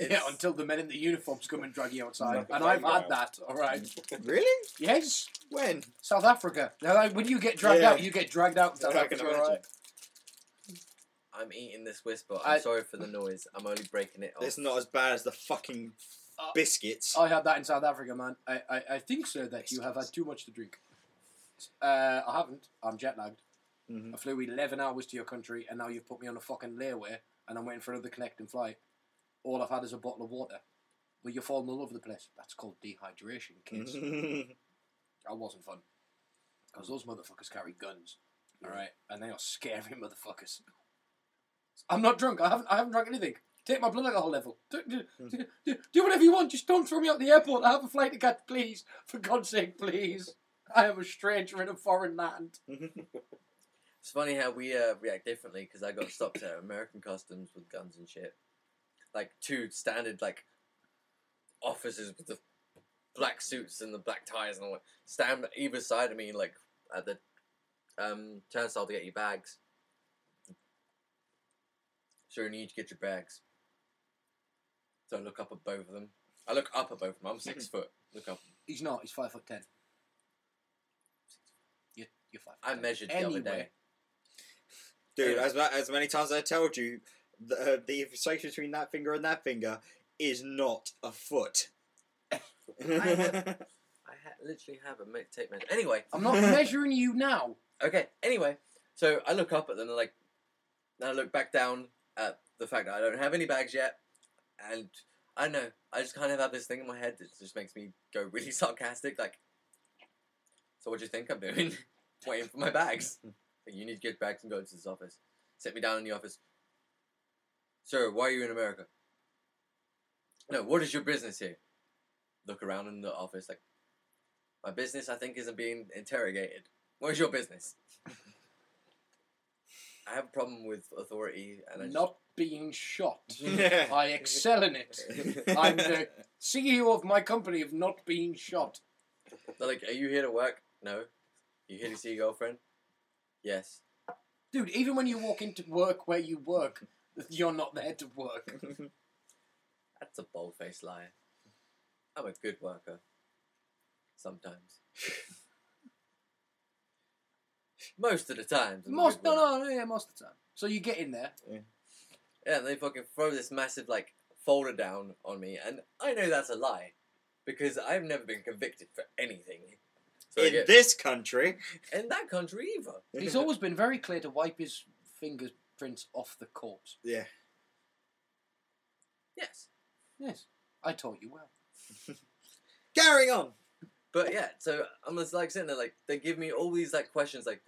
Speaker 3: Yeah, until the men in the uniforms come and drag you outside,
Speaker 4: Like a
Speaker 3: and I've
Speaker 4: playground.
Speaker 3: had that. All right.
Speaker 2: Mm. really?
Speaker 3: Yes,
Speaker 2: When?
Speaker 3: South Africa. Now, like, when you get dragged
Speaker 2: Yeah.
Speaker 3: out, you get dragged out. in South
Speaker 2: I can
Speaker 3: Africa, all right?
Speaker 2: imagine.
Speaker 1: I'm eating this whisper. I'm
Speaker 3: I-
Speaker 1: sorry for the noise. I'm only breaking it off.
Speaker 2: It's not as bad as the fucking
Speaker 3: Oh. Uh,
Speaker 2: biscuits.
Speaker 3: I had that in South Africa, man. I, I, I think, sir, that you have had too much to drink. Uh, I haven't. I'm jet lagged.
Speaker 2: Mhm.
Speaker 3: I flew 11 hours to your country, and now you've put me on a fucking layaway, and I'm waiting for another connecting flight. All I've had is a bottle of water. But you're falling all over the place. That's called dehydration, kids. That wasn't fun. Because those motherfuckers carry guns. Alright? And they are scary motherfuckers. I'm not drunk. I haven't, I haven't drunk anything. Take my blood alcohol level. Do, do, do, do, do whatever you want. Just don't throw me out the airport. I have a flight to catch, please. For God's sake, please. I am a stranger in a foreign land.
Speaker 2: Mm-hmm.
Speaker 1: It's funny how we uh, react differently because I got stopped at American customs with guns and shit. Like two standard like officers with the black suits and the black ties and all that stand either side of me like at the um, turnstile to get your bags. So you need to get your bags. So I look up at both of them. I look up at both of them. I'm six foot. Look up.
Speaker 3: He's not. He's five foot ten. You're, you're five. Foot
Speaker 1: I
Speaker 3: ten.
Speaker 1: measured the other day.
Speaker 3: Anyway,
Speaker 2: Dude, as, ma- as many times as I told you, the, uh, the association between that finger and that finger is not a foot.
Speaker 1: I ha- literally have a me- tape measure. Anyway,
Speaker 3: I'm not measuring you now.
Speaker 1: Okay. Anyway, so I look up at them and like, and I look back down at the fact that I don't have any bags yet, and I don't know. I just kind of have this thing in my head that just makes me go really sarcastic. Like, so what do you think I'm doing? Waiting for my bags. Like, you need to get bags and go into this office. Sit me down in the office. Sir, why are you in America? No, what is your business here? Look around in the office. Like, my business, I think, isn't being interrogated. Where's your business? I have a problem with authority, and I just-
Speaker 3: Not being shot.
Speaker 2: Yeah.
Speaker 3: I excel in it. I'm the CEO of my company of not being shot.
Speaker 1: They're like, are you here to work? No. You here to see your girlfriend? Yes.
Speaker 3: Dude, even when you walk into work where you work, you're not there to work.
Speaker 1: That's a bold faced lie. I'm a good worker. Sometimes. most of the times. I'm a
Speaker 3: Most,
Speaker 1: good
Speaker 3: no,
Speaker 1: worker.
Speaker 3: no, no, yeah, most of the time. So you get in there.
Speaker 1: Yeah, and they fucking throw this massive, like, folder down on me, and I know that's a lie. Because I've never been convicted for anything. So I
Speaker 2: In
Speaker 1: get-
Speaker 2: this country.
Speaker 1: in that country either.
Speaker 3: He's always been very clear to wipe his fingerprints off the corpse.
Speaker 2: Yeah.
Speaker 1: Yes.
Speaker 3: Yes, I taught you well.
Speaker 2: Carrying on.
Speaker 1: But yeah, so I'm just like sitting there, like they give me all these like questions, like,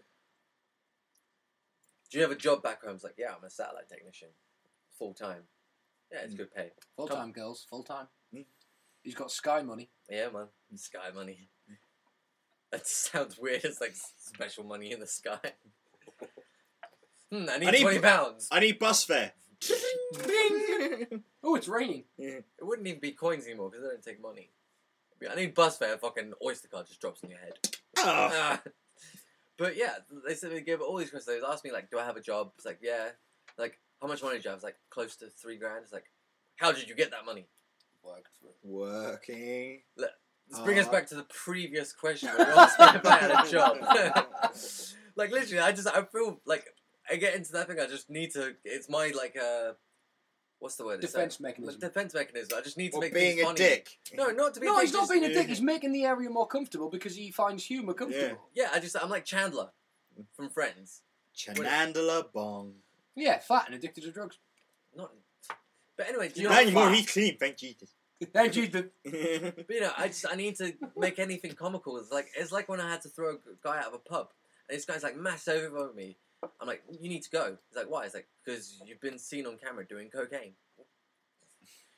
Speaker 1: "Do you have a job back home?" It's like, "Yeah, I'm a satellite technician, full time. Yeah, it's
Speaker 2: Mm.
Speaker 1: good pay.
Speaker 3: Full time, girls, full time.
Speaker 2: Mm.
Speaker 3: He's got Sky money.
Speaker 1: Yeah, man, sky money. That sounds weird. It's like special money in the sky. Hmm, I need,
Speaker 2: I need-
Speaker 1: twenty pounds.
Speaker 2: I need bus fare.
Speaker 3: Oh, it's raining.
Speaker 1: It wouldn't even be coins anymore because they don't take money. It'd be, I need bus fare. Fucking oyster card just drops in your head.
Speaker 2: Ah.
Speaker 1: Uh, but yeah, they said they gave all these questions. They asked me like, "Do I have a job?" It's like, "Yeah." Like, "How much money do you have?" It's like, "Close to three grand." It's like, "How did you get that money?"
Speaker 3: Worked for it.
Speaker 2: Working.
Speaker 1: Let's bring us
Speaker 2: Aw.
Speaker 1: back to the previous question. Where you asked me if I had a job. like literally, I just I feel like I get into that thing. I just need to. It's my like uh, what's the word? It's
Speaker 3: Defense
Speaker 1: a-
Speaker 3: mechanism.
Speaker 1: defense mechanism. I just need to
Speaker 2: Or
Speaker 1: make
Speaker 2: being
Speaker 1: things
Speaker 2: a
Speaker 1: funny.
Speaker 2: dick.
Speaker 1: No, not to be. a
Speaker 3: No,
Speaker 1: dick,
Speaker 3: he's not
Speaker 1: just-
Speaker 3: being a dick. He's making the area more comfortable because he finds humour comfortable.
Speaker 1: Yeah, I just I'm like Chandler from Friends.
Speaker 2: Chandala Bong.
Speaker 3: Yeah. fat and addicted to drugs.
Speaker 1: Not. But anyway, you
Speaker 3: You're
Speaker 1: know,
Speaker 2: Now you
Speaker 3: fat.
Speaker 2: want clean, thank Jesus.
Speaker 3: Thank you. The,
Speaker 1: But, you know, I just I need to make anything comical. It's like it's like when I had to throw a guy out of a pub, and this guy's like mass over me. I'm like, you need to go. He's like, why? It's like because you've been seen on camera doing cocaine.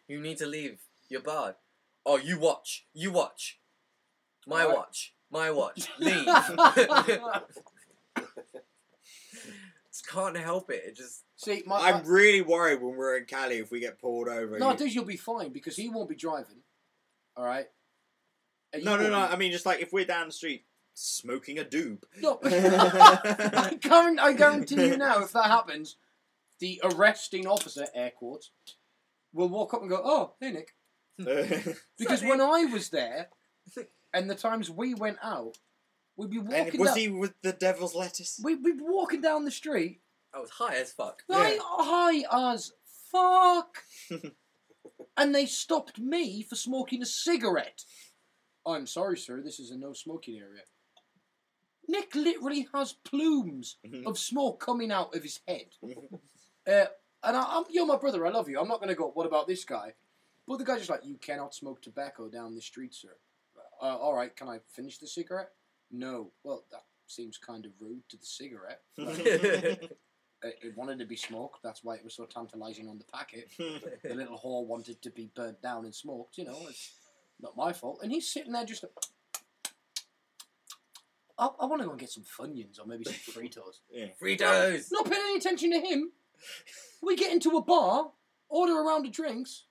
Speaker 1: You need to leave your bar. Oh, you watch, you watch, my
Speaker 3: Right.
Speaker 1: watch, my watch. Leave. Just can't help it. It just
Speaker 3: See, my, my-
Speaker 2: I'm really worried when we're in Cali if we get pulled over.
Speaker 3: no,
Speaker 2: You-
Speaker 3: it is. You'll be fine because he won't be driving. All right. And you
Speaker 2: no, no,
Speaker 3: won't
Speaker 2: no.
Speaker 3: be-
Speaker 2: I mean, just like if we're down the street smoking a doob.
Speaker 3: No. I, guarantee, I guarantee you now, if that happens, the arresting officer, air quotes, will walk up and go, "Oh, hey Nick," because
Speaker 1: Sorry.
Speaker 3: when I was there, and the times we went out, we'd be
Speaker 2: and
Speaker 3: walking
Speaker 2: was
Speaker 3: down.
Speaker 2: he with the devil's lettuce?
Speaker 3: We'd be walking down the street,
Speaker 1: I was high as fuck.
Speaker 3: Like high as fuck. and they stopped me for smoking a cigarette. I'm sorry, sir, this is a no smoking area. Nick literally has plumes
Speaker 2: Mhm.
Speaker 3: of smoke coming out of his head. Uh, and I, I'm, you're my brother, I love you. I'm not going to go, what about this guy? But the guy's just like, you cannot smoke tobacco down this street, sir. Uh, all right, can I finish the cigarette? No. Well, that seems kind of rude to the cigarette. It, it wanted to be smoked. That's why it was so tantalising on the packet. The little whore wanted to be burnt down and smoked. You know, it's not my fault. And he's sitting there just. Like, I, I want to go and get some funyuns or maybe some fritos.
Speaker 1: Fritos.
Speaker 3: Not paying any attention to him. We get into a bar, order a round of drinks.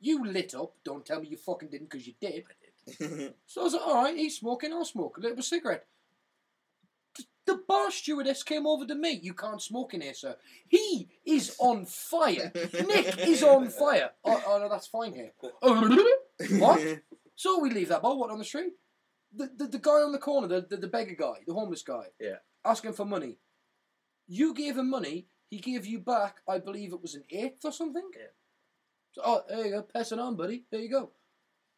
Speaker 3: You lit up. Don't tell me you fucking didn't, because you did.
Speaker 1: I did.
Speaker 3: So I was like, all right, he's smoking, I'll smoke a little bit of cigarette. Th- The bar stewardess came over to me. You can't smoke in here, sir. He is on fire. Nick is on fire. Oh, oh no, that's fine here. What? So we leave that bar. What on the street? The the, the guy on the corner, the, the the beggar guy, the homeless guy.
Speaker 1: Yeah.
Speaker 3: Asking for money. You gave him money. He gave you back. I believe it was an eighth or something.
Speaker 1: Yeah.
Speaker 3: So, oh, there you go. Pass it on, buddy. There you go.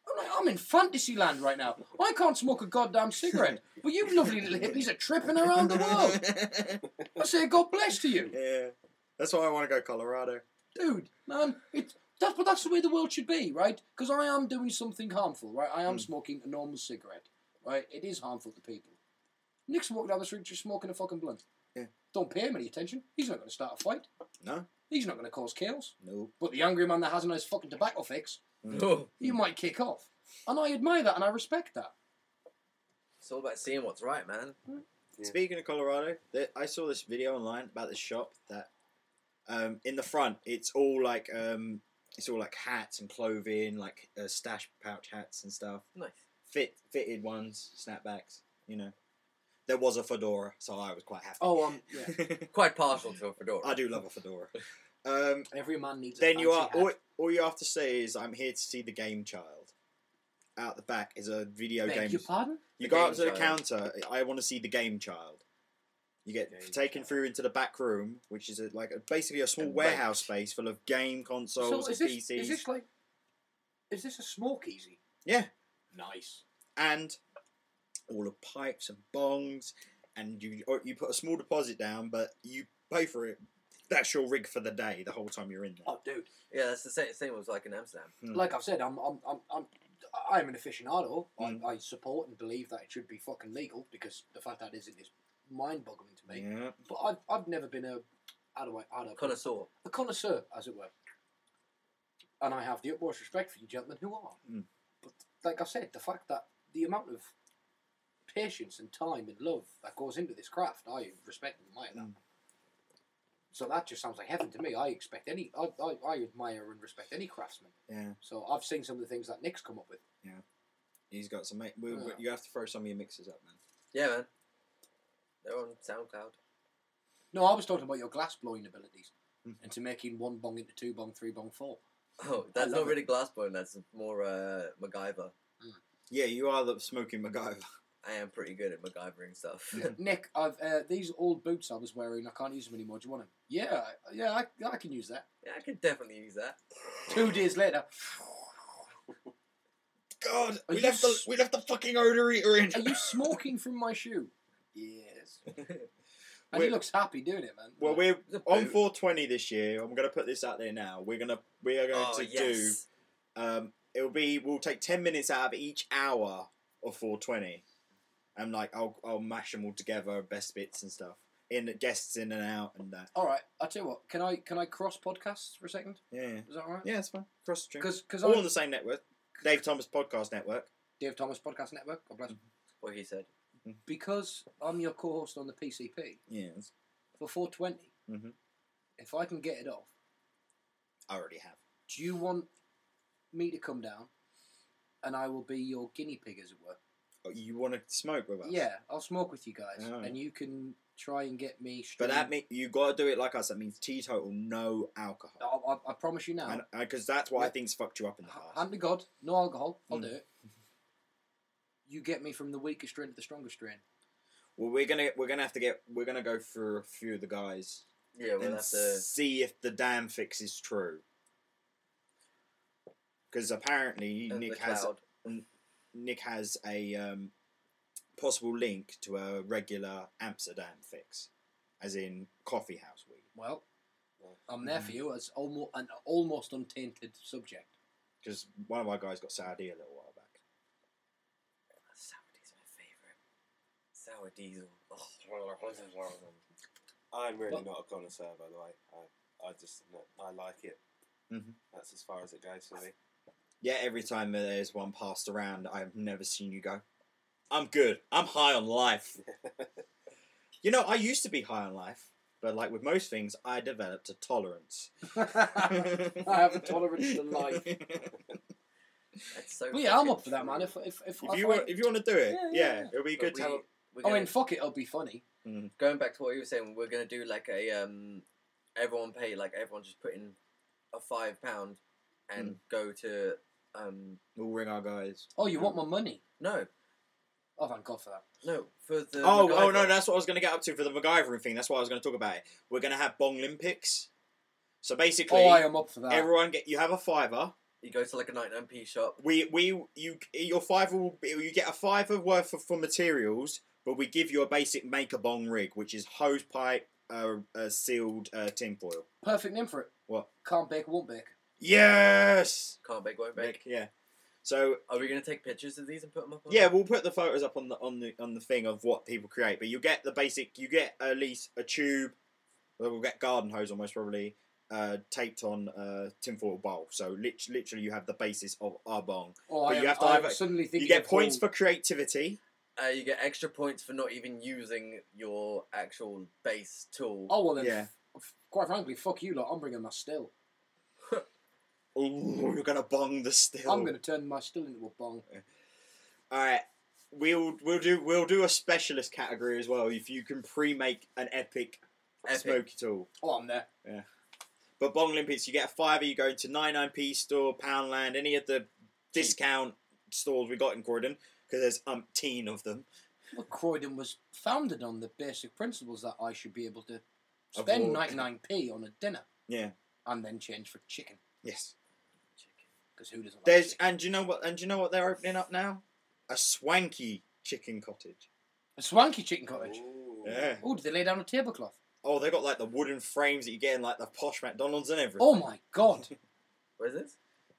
Speaker 3: I'm like, I'm in fantasy land right now. I can't smoke a goddamn cigarette. but you lovely little hippies are tripping around the world. I say, God bless to you,
Speaker 2: yeah. That's why I want to go Colorado.
Speaker 3: dude, man. It's that's but that's the way the world should be, right? Because I am doing something harmful, right? I am
Speaker 2: Mm.
Speaker 3: smoking a normal cigarette, right? It is harmful to people. Nick's walking down the street just smoking a fucking blunt.
Speaker 2: Yeah.
Speaker 3: Don't pay him any attention. He's not going to start a fight.
Speaker 2: No.
Speaker 3: He's not going to cause chaos.
Speaker 2: Nope.
Speaker 3: But the angry man that hasn't had his fucking tobacco fix,
Speaker 1: Oh,
Speaker 2: Hmm.
Speaker 3: you might kick off. And I admire that and I respect that.
Speaker 1: it's all about seeing what's right, man.
Speaker 4: Yeah.
Speaker 2: Speaking of Colorado, th- I saw this video online about this shop that um, in the front it's all like um, it's all like hats and clothing, like uh, stash pouch hats and stuff,
Speaker 1: Nice.
Speaker 2: fit fitted ones, snapbacks. You know, there was a fedora, so I was quite happy.
Speaker 3: Oh, um, yeah.
Speaker 1: Quite partial to a fedora.
Speaker 2: I do love a fedora. Um,
Speaker 3: Every man needs a
Speaker 2: then you
Speaker 3: fancy
Speaker 2: are
Speaker 3: hat.
Speaker 2: all, all you have to say is I'm here to see the game child. Out the back is a video
Speaker 3: Beg
Speaker 2: game.
Speaker 3: your pardon?
Speaker 2: You
Speaker 1: The
Speaker 2: go
Speaker 1: game
Speaker 2: up to the
Speaker 1: child.
Speaker 2: counter. I want to see the game child. You get
Speaker 4: Game
Speaker 2: taken
Speaker 4: child.
Speaker 2: through into the back room, which is a, like a, basically a small
Speaker 1: And
Speaker 2: warehouse
Speaker 1: wait.
Speaker 2: space full of game consoles
Speaker 3: so is
Speaker 2: and
Speaker 3: this,
Speaker 2: PCs.
Speaker 3: is this like, is this a smoke easy?
Speaker 2: Yeah,
Speaker 3: Nice.
Speaker 2: and all the pipes and bongs, and you or you put a small deposit down, but you pay for it. That's your rig for the day. The whole time you're in there.
Speaker 3: Oh, dude.
Speaker 1: Yeah, that's the same. Same was like in Amsterdam.
Speaker 2: Mm.
Speaker 3: Like I've said, I'm, I'm, I'm, I'm, I'm an aficionado.
Speaker 2: Mm.
Speaker 3: I, I support and believe that it should be fucking legal because the fact that it isn't is mind-boggling to me.
Speaker 2: Yeah.
Speaker 3: But I've, I've never been a, how do I, how do I put it?
Speaker 1: Connoisseur.
Speaker 3: a connoisseur, as it were. And I have the utmost respect for you gentlemen who are.
Speaker 2: Mm.
Speaker 3: But like I said, the fact that the amount of patience and time and love that goes into this craft, I respect and admire that.
Speaker 2: Mm.
Speaker 3: So that just sounds like heaven to me. I expect any, I, I, I admire and respect any craftsman.
Speaker 2: Yeah.
Speaker 3: So I've seen some of the things that Nick's come up with.
Speaker 2: He's got some. ma- we- we-
Speaker 3: Yeah.
Speaker 2: You have to throw some of your mixes up, man.
Speaker 1: Yeah, man. They're on SoundCloud.
Speaker 3: No, I was talking about your glass blowing abilities
Speaker 2: Mm.
Speaker 3: and to making one bong into two bong, three bong, four.
Speaker 1: Oh,
Speaker 3: I
Speaker 1: that's
Speaker 3: love
Speaker 1: not
Speaker 3: it.
Speaker 1: really glass blowing. That's more uh, MacGyver.
Speaker 2: Yeah, you are the smoking MacGyver.
Speaker 1: I am pretty good at MacGyvering stuff.
Speaker 3: Nick, I've uh, these old boots I was wearing. I can't use them anymore. Do you want them? Yeah, I- yeah, I, I can use that.
Speaker 1: yeah, I could definitely use that.
Speaker 3: Two days later,
Speaker 2: God,
Speaker 3: Are
Speaker 2: we
Speaker 3: you
Speaker 2: left the
Speaker 3: s-
Speaker 2: we left the fucking odor eater in.
Speaker 3: are you smoking from my shoe? Yes. And he
Speaker 2: Wait.
Speaker 3: looks happy doing it, man.
Speaker 2: Well, we're
Speaker 1: The
Speaker 3: Oh.
Speaker 2: on
Speaker 1: boot.
Speaker 2: 420 this year. I'm going to put this out there now. We're going to we are going
Speaker 1: Oh
Speaker 2: to
Speaker 1: yes.
Speaker 2: do. Um, it'll be we'll take 10 minutes out of each hour of 420, and like I'll I'll mash them all together, best bits and stuff. In guests in and out and that.
Speaker 3: all right. I tell you what. Can I can I cross podcasts for a second?
Speaker 2: Yeah,
Speaker 3: Is that all right?
Speaker 2: yeah, it's fine. Cross the stream.
Speaker 3: Because because
Speaker 2: All on
Speaker 3: I
Speaker 2: the same network. Dave Thomas Podcast Network.
Speaker 3: Dave Thomas Podcast Network. God bless. him.
Speaker 2: Mm-hmm.
Speaker 1: What he said.
Speaker 3: Because I'm your co-host on the PCP
Speaker 2: Yeah,
Speaker 3: for 420.
Speaker 2: Mhm.
Speaker 3: If I can get it off,
Speaker 2: I already have.
Speaker 3: do you want me to come down, and I will be your guinea pig, as it were?
Speaker 2: Oh, you want to smoke with us?
Speaker 3: Yeah, I'll smoke with you guys,
Speaker 2: Oh.
Speaker 3: and you can try and get me.
Speaker 2: But
Speaker 3: Straight.
Speaker 2: that mean you got to do it like us. That means teetotal, no alcohol.
Speaker 3: I, I, I promise you now.
Speaker 2: Because that's why things fucked you up in the
Speaker 3: h-
Speaker 2: past.
Speaker 3: Hand to God, no alcohol. I'll
Speaker 2: Mm.
Speaker 3: do it. You get me from the weakest strain to the strongest strain.
Speaker 2: Well, we're gonna we're gonna have to get we're gonna go through a few of the guys
Speaker 1: Yeah, we'll
Speaker 2: and
Speaker 1: have to.
Speaker 2: see if the damn fix is true. Because apparently
Speaker 1: and the
Speaker 2: Nick has
Speaker 1: cloud.
Speaker 2: Nick has a um, possible link to a regular Amsterdam fix, as in coffee house weed.
Speaker 3: Well, I'm there
Speaker 2: Mm.
Speaker 3: for you as almost an almost untainted subject.
Speaker 2: Because one of our guys got sour D a little while back.
Speaker 1: Sourdee's my favourite. Sour diesel. Oh.
Speaker 4: I'm really
Speaker 3: What?
Speaker 4: not a connoisseur, by the way. I, I just no, I like it.
Speaker 2: Mhm.
Speaker 4: That's as far as it goes for me.
Speaker 2: Yeah, every time there's one passed around, I've never seen you go. I'm good. I'm high on life. you know, I used to be high on life, but like with most things, I developed a tolerance.
Speaker 3: but
Speaker 2: I
Speaker 3: have a tolerance to life.
Speaker 1: That's so.
Speaker 3: yeah, I'm
Speaker 1: fucking
Speaker 3: up for that, man.
Speaker 1: true.
Speaker 3: If if if,
Speaker 2: If you
Speaker 3: I,
Speaker 2: want, if you want to do it,
Speaker 3: Yeah,
Speaker 2: yeah,
Speaker 3: yeah, yeah.
Speaker 2: it'll be
Speaker 1: But
Speaker 2: good to
Speaker 1: we-
Speaker 2: have.
Speaker 1: we're
Speaker 3: I
Speaker 1: gonna-
Speaker 3: mean, fuck it, it'll be funny.
Speaker 1: going back to what you were saying, we're gonna do like a um, everyone pay like everyone just put in a five pound
Speaker 2: Hmm.
Speaker 1: and go to um
Speaker 2: We'll ring our guys.
Speaker 3: Oh, you want my money?
Speaker 1: no
Speaker 3: Oh, thank God for that.
Speaker 1: no for the
Speaker 2: Oh, oh
Speaker 1: MacGyver.
Speaker 2: no, that's what I was going to get up to for the MacGyver thing. That's why I was going to talk about it. We're going to have Bong Olympics. So basically,
Speaker 3: Oh, I am up for that.
Speaker 2: everyone get you have a fiver.
Speaker 1: you go to like a 99p shop
Speaker 2: We we you your fiver will be, you get a fiver worth of for materials, but we give you a basic make a bong rig, which is hose pipe, uh, uh, sealed uh, tin foil.
Speaker 3: Perfect name for it.
Speaker 2: What?
Speaker 3: Can't bake, won't bake.
Speaker 2: Yes,
Speaker 1: can't bake won't bake
Speaker 2: yeah. So
Speaker 1: are we gonna take pictures of these and put them up on
Speaker 2: Yeah, we'll put the photos up on the on the on the thing of what people create, but you get the basic. You get at least a tube. Well, we'll get garden hose almost probably uh, taped on a tinfoil bowl. So lit- literally, you have the basis of our bong.
Speaker 3: Oh,
Speaker 2: But you
Speaker 3: I am,
Speaker 2: have to
Speaker 3: I
Speaker 2: have
Speaker 3: am
Speaker 2: a-
Speaker 3: suddenly thinking.
Speaker 2: You get
Speaker 3: of
Speaker 2: points
Speaker 3: all-
Speaker 2: for creativity.
Speaker 1: uh, you get extra points for not even using your actual base tool
Speaker 3: Oh well, then.
Speaker 2: Yeah.
Speaker 3: f- Quite frankly, fuck you lot. I'm bringing my still.
Speaker 2: Ooh, you're gonna bong the still.
Speaker 3: I'm going to turn my still into a bong.
Speaker 2: All right, we'll we'll do we'll do a specialist category as well. If you can pre-make an epic,
Speaker 1: Epic.
Speaker 2: smoky tool.
Speaker 3: Oh, I'm there.
Speaker 2: But Bong Olympics, you get a fiver, you go into 99p store, Poundland, any of the discount stores we got in Croydon, because there's umpteen of them.
Speaker 3: Well, Croydon was founded on the basic principles that I should be able to spend
Speaker 2: Avoid.
Speaker 3: 99p on a dinner
Speaker 2: Yeah.
Speaker 3: and then change for chicken.
Speaker 2: Yes.
Speaker 3: Because who doesn't like
Speaker 2: There's
Speaker 3: chicken?
Speaker 2: and do you know what and do you know what they're opening up now? A swanky chicken cottage.
Speaker 3: A swanky chicken cottage.
Speaker 4: Ooh.
Speaker 2: Yeah.
Speaker 3: Oh, did they lay down a tablecloth?
Speaker 2: Oh, they got like the wooden frames that you get in like the posh McDonald's and everything.
Speaker 3: Oh my god.
Speaker 1: where's this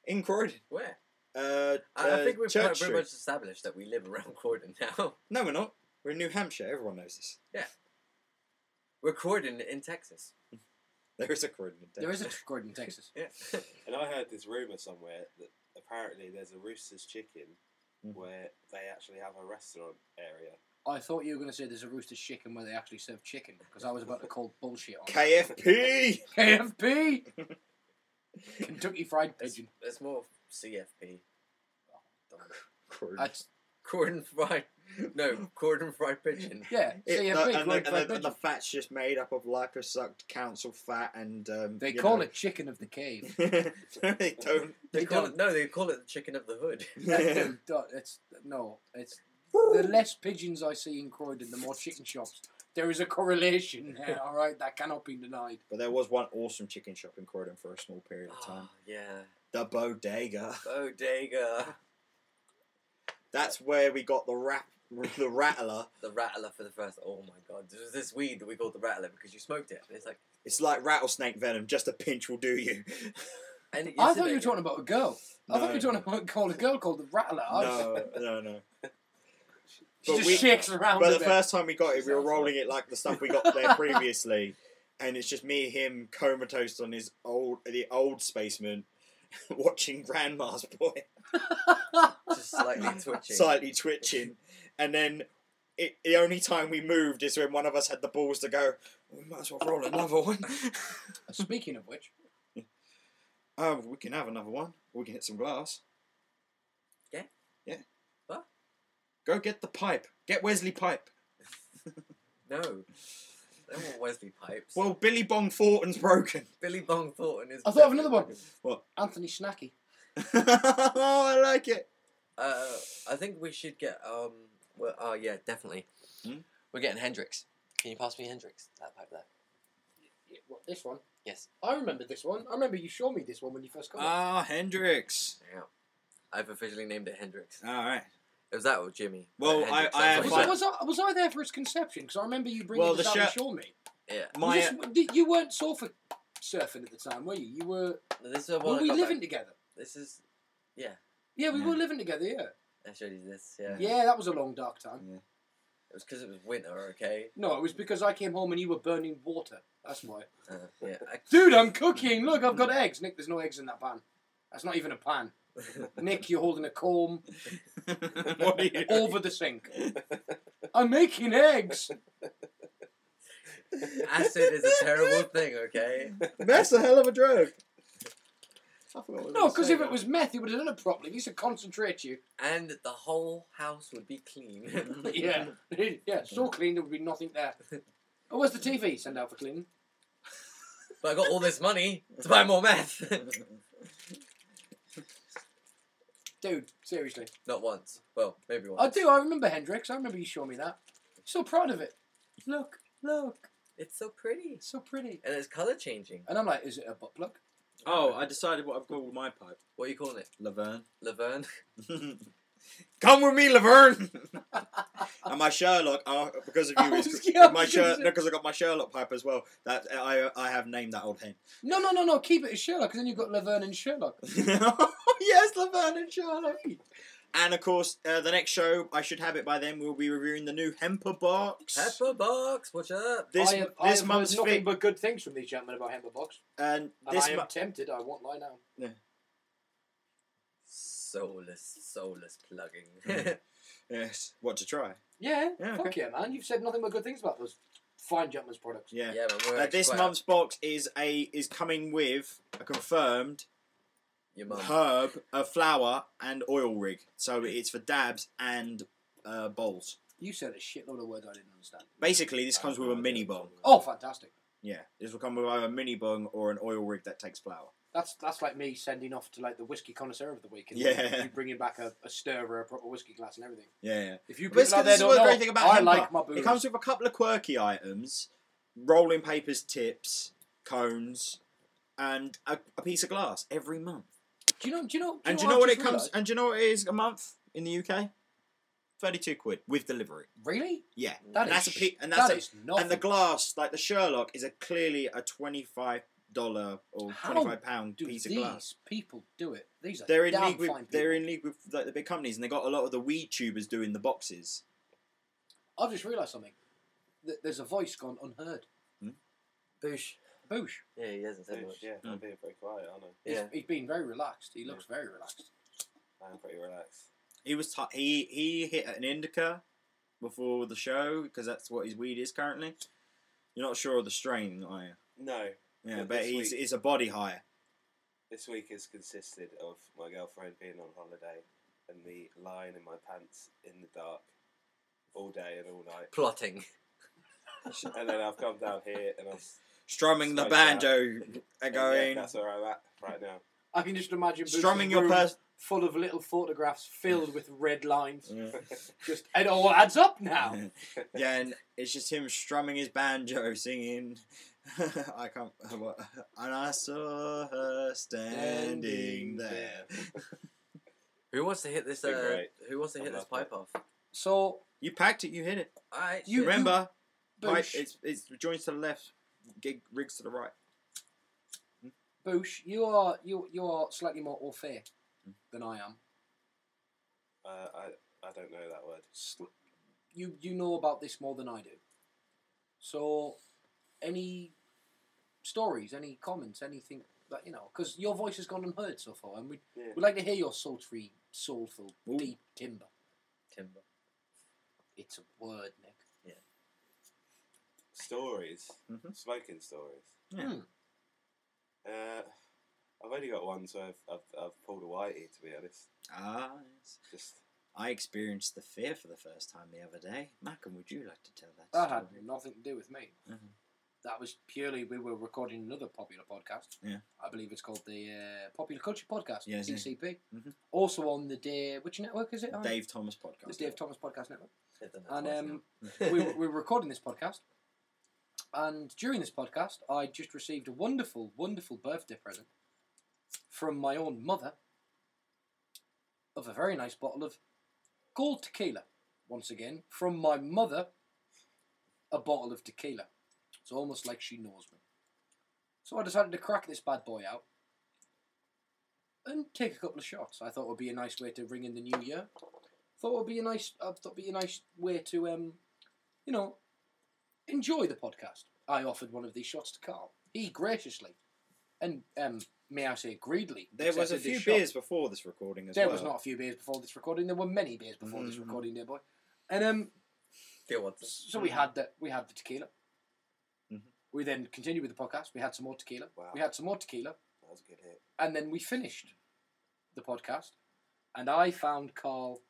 Speaker 2: In Croydon.
Speaker 1: where
Speaker 2: Uh,
Speaker 1: I, I
Speaker 2: uh,
Speaker 1: think we've
Speaker 2: Church
Speaker 1: pretty,
Speaker 2: Street.
Speaker 1: pretty much established that we live around Croydon now
Speaker 2: No, we're not. We're in New Hampshire. Everyone knows this.
Speaker 1: we're Croydon in Texas
Speaker 2: There is a Croydon. in
Speaker 3: There
Speaker 2: Denver.
Speaker 3: is a Croydon, Texas.
Speaker 1: yeah
Speaker 4: And I heard this rumor somewhere that apparently there's a Rooster's Chicken
Speaker 2: Mhm.
Speaker 4: where they actually have a restaurant area.
Speaker 3: I thought you were going to say there's a Rooster's Chicken where they actually serve chicken because I was about to call bullshit on it.
Speaker 2: KFP.
Speaker 3: KFP! Kentucky Fried
Speaker 1: It's,
Speaker 3: Pigeon.
Speaker 1: it's more CFP.
Speaker 2: Croydon.
Speaker 3: That's,
Speaker 1: Cordon fried. No, cordon fried pigeon.
Speaker 3: yeah,
Speaker 2: It-
Speaker 3: CFP,
Speaker 2: the-
Speaker 3: Croydon
Speaker 2: and, the,
Speaker 3: Fried
Speaker 2: and the-
Speaker 3: Pigeon.
Speaker 2: the fat's just made up of liposucked council fat and um,
Speaker 3: They
Speaker 2: you
Speaker 3: call
Speaker 2: know.
Speaker 3: it chicken of the cave.
Speaker 2: no, they don't.
Speaker 1: They
Speaker 3: They
Speaker 1: call
Speaker 3: don't.
Speaker 1: it no. They call it the chicken of the hood.
Speaker 3: That's- that- it's no, it's the less pigeons I see in Croydon, the more chicken shops. There is a correlation there. All right, that cannot be denied.
Speaker 2: But there was one awesome chicken shop in Croydon for a small period of time.
Speaker 1: Ah, yeah,
Speaker 2: The Bodega.
Speaker 1: bodega.
Speaker 2: That's where we got the rap, the rattler.
Speaker 1: The rattler for the first. Oh my god, there was this weed that we called the rattler because you smoked it. And it's like,
Speaker 2: It's like rattlesnake venom. Just a pinch will do you.
Speaker 1: and
Speaker 3: I thought you were talking about a girl. I thought you
Speaker 2: No.
Speaker 3: were talking about called a girl called the Rattler. I was-
Speaker 2: No, no, no.
Speaker 3: Oh. she
Speaker 2: but
Speaker 3: just
Speaker 2: we-
Speaker 3: shakes around.
Speaker 2: But
Speaker 3: a
Speaker 2: the
Speaker 3: bit.
Speaker 2: first time we got it, we were
Speaker 1: Sounds
Speaker 2: rolling it like the stuff we got there previously, and it's just me, him, comatose on his old the old spaceman, watching Grandma's boy,
Speaker 1: just slightly twitching.
Speaker 2: slightly twitching, and then. It, the only time we moved is when one of us had the balls to go. We might as well roll another one.
Speaker 3: Speaking of which,
Speaker 2: Oh, we can have another one. We can hit some glass.
Speaker 1: Yeah?
Speaker 2: Yeah.
Speaker 1: What?
Speaker 2: Go get the pipe. Get Wesley pipe.
Speaker 1: No, they want Wesley Pipes.
Speaker 2: Well, Billy Bong Thornton's broken.
Speaker 1: Billy Bong Thornton is.
Speaker 3: I thought of another one. Anthony Snacky.
Speaker 2: oh, I like it.
Speaker 1: Uh, I think we should get um. Well, oh yeah, definitely.
Speaker 2: Hmm?
Speaker 1: We're getting Hendrix. Can you pass me Hendrix? That pipe there.
Speaker 3: Yeah, What, this one?
Speaker 1: Yes.
Speaker 3: I remember this one. I remember you showed me this one when you first got it.
Speaker 2: Ah, Hendrix.
Speaker 1: Yeah. I've officially named it Hendrix.
Speaker 2: All right.
Speaker 1: It was that or Jimmy. but
Speaker 2: Well,
Speaker 1: Hendrix,
Speaker 2: I- I
Speaker 1: that's
Speaker 2: had
Speaker 1: what
Speaker 3: Was,
Speaker 2: fun-
Speaker 1: he
Speaker 3: I,
Speaker 1: said.
Speaker 3: was, I, was I there for its conception? Because I remember you bringing
Speaker 2: Well,
Speaker 3: this
Speaker 2: the
Speaker 3: out and
Speaker 2: shirt-
Speaker 3: showing me.
Speaker 1: Yeah.
Speaker 2: My uh,
Speaker 3: you, just, you weren't sofa surfing at the time, were you? You were.
Speaker 1: This is
Speaker 3: were
Speaker 1: what
Speaker 3: we living together?
Speaker 1: This is
Speaker 3: Yeah, we
Speaker 2: Yeah.
Speaker 3: were living together. Yeah.
Speaker 1: I showed you this. Yeah.
Speaker 3: Yeah, that was a long dark time.
Speaker 1: It was because it was winter. Okay.
Speaker 3: No, it was because I came home and you were burning water. That's why.
Speaker 1: Uh, yeah. I,
Speaker 3: Dude, I'm cooking. Look, I've got eggs. Nick, there's no eggs in that pan. That's not even a pan. Nick, you're holding a comb
Speaker 2: what are you?
Speaker 3: over the sink. I'm making eggs.
Speaker 1: acid is a terrible thing. Okay.
Speaker 2: That's a hell of a drug. I forgot what I was
Speaker 3: No,
Speaker 2: gonna
Speaker 3: because
Speaker 2: say
Speaker 3: if it
Speaker 2: now.
Speaker 3: was meth, he would have done it properly. He used to concentrate you.
Speaker 1: And the whole house would be clean.
Speaker 3: Yeah. yeah, so clean there would be nothing there. Oh, where's the TV? Send out for cleaning.
Speaker 1: But I got all this money to buy more meth.
Speaker 3: Dude, seriously.
Speaker 1: Not once. Well, maybe once.
Speaker 3: I do, I remember Hendrix. I remember you showing me that. So proud of it. Look, look.
Speaker 1: It's so pretty.
Speaker 3: It's so pretty.
Speaker 1: And it's colour changing.
Speaker 3: And I'm like, is it a butt plug?
Speaker 2: Oh, I decided what I've called my pipe.
Speaker 1: What are you calling it?
Speaker 2: Laverne.
Speaker 1: Laverne?
Speaker 2: Come with me, Laverne. and my Sherlock, uh, because of you,
Speaker 3: I
Speaker 2: is
Speaker 3: was- yeah, I
Speaker 2: my
Speaker 3: was
Speaker 2: Sher-
Speaker 3: gonna say-
Speaker 2: no, because I got my Sherlock pipe as well. That I I have named that old hen.
Speaker 3: No, no, no, no. Keep it as Sherlock, 'cause then you've got Laverne and Sherlock.
Speaker 2: yes, Laverne and Sherlock. And of course, uh, the next show I should have it by then. We'll be reviewing the new Hemper box.
Speaker 1: Pepper box, watch up.
Speaker 2: This
Speaker 3: I have, I
Speaker 2: this
Speaker 3: have
Speaker 2: month's
Speaker 3: heard nothing
Speaker 2: fic,
Speaker 3: but good things from these gentlemen about Hember Box.
Speaker 2: and
Speaker 3: And
Speaker 2: this
Speaker 3: I am
Speaker 2: month.
Speaker 3: tempted. I won't lie now.
Speaker 1: Soulless, soulless
Speaker 2: Hmm.
Speaker 1: plugging.
Speaker 2: Yes, what to try?
Speaker 3: Yeah,
Speaker 2: Yeah,
Speaker 3: fuck
Speaker 2: okay.
Speaker 3: yeah, man. You've said nothing but good things about those fine gentlemen's products.
Speaker 2: Yeah.
Speaker 1: yeah, but we're
Speaker 2: Uh,
Speaker 1: actually
Speaker 2: this
Speaker 1: quite-
Speaker 2: month's box is a is coming with a confirmed
Speaker 1: Your mum.
Speaker 2: herb, a flower, and oil rig. So it's for dabs and uh, bowls.
Speaker 3: You said a shitload of words I didn't understand.
Speaker 2: Basically, this comes with a mini bong.
Speaker 3: Oh, fantastic.
Speaker 2: Yeah, this will come with either a mini bong or an oil rig that takes flour.
Speaker 3: That's that's like me sending off to like the whiskey connoisseur of the week. and
Speaker 2: Yeah.
Speaker 3: You bringing back a, a stirrer, a proper whiskey glass, and everything.
Speaker 2: Yeah, yeah.
Speaker 3: If you
Speaker 2: But it's
Speaker 3: people out
Speaker 2: 'cause
Speaker 3: there
Speaker 2: this is
Speaker 3: don't
Speaker 2: the
Speaker 3: know,
Speaker 2: great thing about
Speaker 3: I
Speaker 2: Hemper.
Speaker 3: like my booze.
Speaker 2: It comes with a couple of quirky items: rolling papers, tips, cones, and a, a piece of glass every month.
Speaker 3: do you know? Do you know?
Speaker 2: And do you know what
Speaker 3: I
Speaker 2: it
Speaker 3: just
Speaker 2: comes?
Speaker 3: realised?
Speaker 2: And do you know what it is a month in the UK? Thirty-two quid with delivery.
Speaker 3: Really?
Speaker 2: Yeah,
Speaker 3: That
Speaker 2: Mm. and that's a
Speaker 3: is
Speaker 2: pe-
Speaker 3: sh-
Speaker 2: and that's
Speaker 3: that
Speaker 2: a
Speaker 3: is nothing.
Speaker 2: And the glass, like the Sherlock, is a clearly a twenty-five dollar or
Speaker 3: How
Speaker 2: twenty-five pound
Speaker 3: do
Speaker 2: piece of
Speaker 3: these
Speaker 2: glass.
Speaker 3: people do it? These are
Speaker 2: They're in
Speaker 3: damn
Speaker 2: league with
Speaker 3: fine people.
Speaker 2: they're in league with like the big companies, and they got a lot of the weed tubers doing the boxes.
Speaker 3: I've just realised something. Th- There's a voice gone unheard.
Speaker 2: Hmm?
Speaker 1: Boosh.
Speaker 3: Boosh.
Speaker 1: Yeah, he hasn't said much.
Speaker 4: Yeah, I'm being very quiet, aren't
Speaker 3: He's,
Speaker 1: Yeah.
Speaker 3: he's been very relaxed. He looks very relaxed.
Speaker 4: I? I'm pretty relaxed.
Speaker 2: He was t- he he hit an indica before the show because that's what his weed is currently. You're not sure of the strain, are you?
Speaker 4: No,
Speaker 2: Yeah,
Speaker 4: Yeah,
Speaker 2: but
Speaker 4: this
Speaker 2: he's
Speaker 4: week.
Speaker 2: it's a body higher.
Speaker 4: this week has consisted of my girlfriend being on holiday and me lying in my pants in the dark all day and all night.
Speaker 1: Plotting.
Speaker 4: and then I've come down here and I'm s-
Speaker 2: Strumming the
Speaker 4: Smoked out.
Speaker 2: banjo, and
Speaker 4: and
Speaker 2: going
Speaker 4: Yeah, that's where I'm at right now.
Speaker 3: I can just imagine Boosh's
Speaker 2: strumming your
Speaker 3: room
Speaker 2: purse.
Speaker 3: full of little photographs filled with red lines. Just it all adds up now.
Speaker 2: yeah, and it's just him strumming his banjo, singing. I can't. What, and I saw her standing there.
Speaker 1: Who wants to hit this
Speaker 4: Been
Speaker 1: uh,
Speaker 4: great.
Speaker 1: who wants to
Speaker 4: I
Speaker 1: hit this
Speaker 4: love
Speaker 1: pipe off?
Speaker 3: So
Speaker 2: You packed it. You hit it.
Speaker 1: I
Speaker 3: You-
Speaker 2: Remember, pipe,
Speaker 3: Boosh,
Speaker 2: it's it's joints to the left, gig rigs to the right.
Speaker 3: Boosh, you are you you are slightly more au fait
Speaker 2: Hmm.
Speaker 3: than I am.
Speaker 4: Uh, I, I don't know that word.
Speaker 3: Sl- You you know about this more than I do. So, any stories, any comments, anything that you know, because your voice has gone unheard so far, and we
Speaker 4: Yeah.
Speaker 3: we'd like to hear your sultry, soulful,
Speaker 2: Ooh.
Speaker 3: deep timber.
Speaker 1: Timber.
Speaker 3: It's a word, Nick.
Speaker 4: Stories,
Speaker 2: Mhm.
Speaker 4: smoking stories.
Speaker 2: Yeah.
Speaker 3: Hmm.
Speaker 4: Uh, I've only got one, so I've, I've, I've pulled a whitey to be honest.
Speaker 2: Ah,
Speaker 4: Just
Speaker 2: I experienced the fear for the first time the other day. Malcolm, would you like to tell that
Speaker 3: That had
Speaker 2: story?
Speaker 3: nothing to do with me.
Speaker 2: Mhm.
Speaker 3: That was purely we were recording another popular podcast.
Speaker 2: Yeah.
Speaker 3: I believe it's called the uh, Popular Culture Podcast,
Speaker 2: Yes, yeah.
Speaker 3: PCP.
Speaker 2: Mhm.
Speaker 3: Also on the day, which network is it? on?
Speaker 2: Uh-huh. Dave Thomas
Speaker 3: The
Speaker 2: podcast.
Speaker 3: Dave Thomas Podcast Network.
Speaker 1: Hit them
Speaker 3: And
Speaker 1: twice
Speaker 3: um,
Speaker 1: now.
Speaker 3: we, were, we were recording this podcast, And during this podcast, I just received a wonderful, wonderful birthday present from my own mother of a very nice bottle of gold tequila. Once again, from my mother, a bottle of tequila. It's almost like she knows me. So I decided to crack this bad boy out and take a couple of shots. I thought it would be a nice way to ring in the new year. Thought it would be a nice, uh, thought it'd be a nice way to, um, you know, enjoy the podcast. I offered one of these shots to Carl. He graciously, and um, may I say greedily,
Speaker 2: There was a
Speaker 3: accepted
Speaker 2: few
Speaker 3: this shot.
Speaker 2: beers before this recording as
Speaker 3: There
Speaker 2: well.
Speaker 3: was not a few beers before this recording. There were many beers before this
Speaker 2: Mm.
Speaker 3: recording, dear boy. And um,
Speaker 1: Deal with it.
Speaker 3: so we had the we had the tequila.
Speaker 2: Mhm.
Speaker 3: We then continued with the podcast. We had some more tequila.
Speaker 4: Wow.
Speaker 3: We had some more tequila,
Speaker 4: That was a good hit.
Speaker 3: and then we finished the podcast. And I found Carl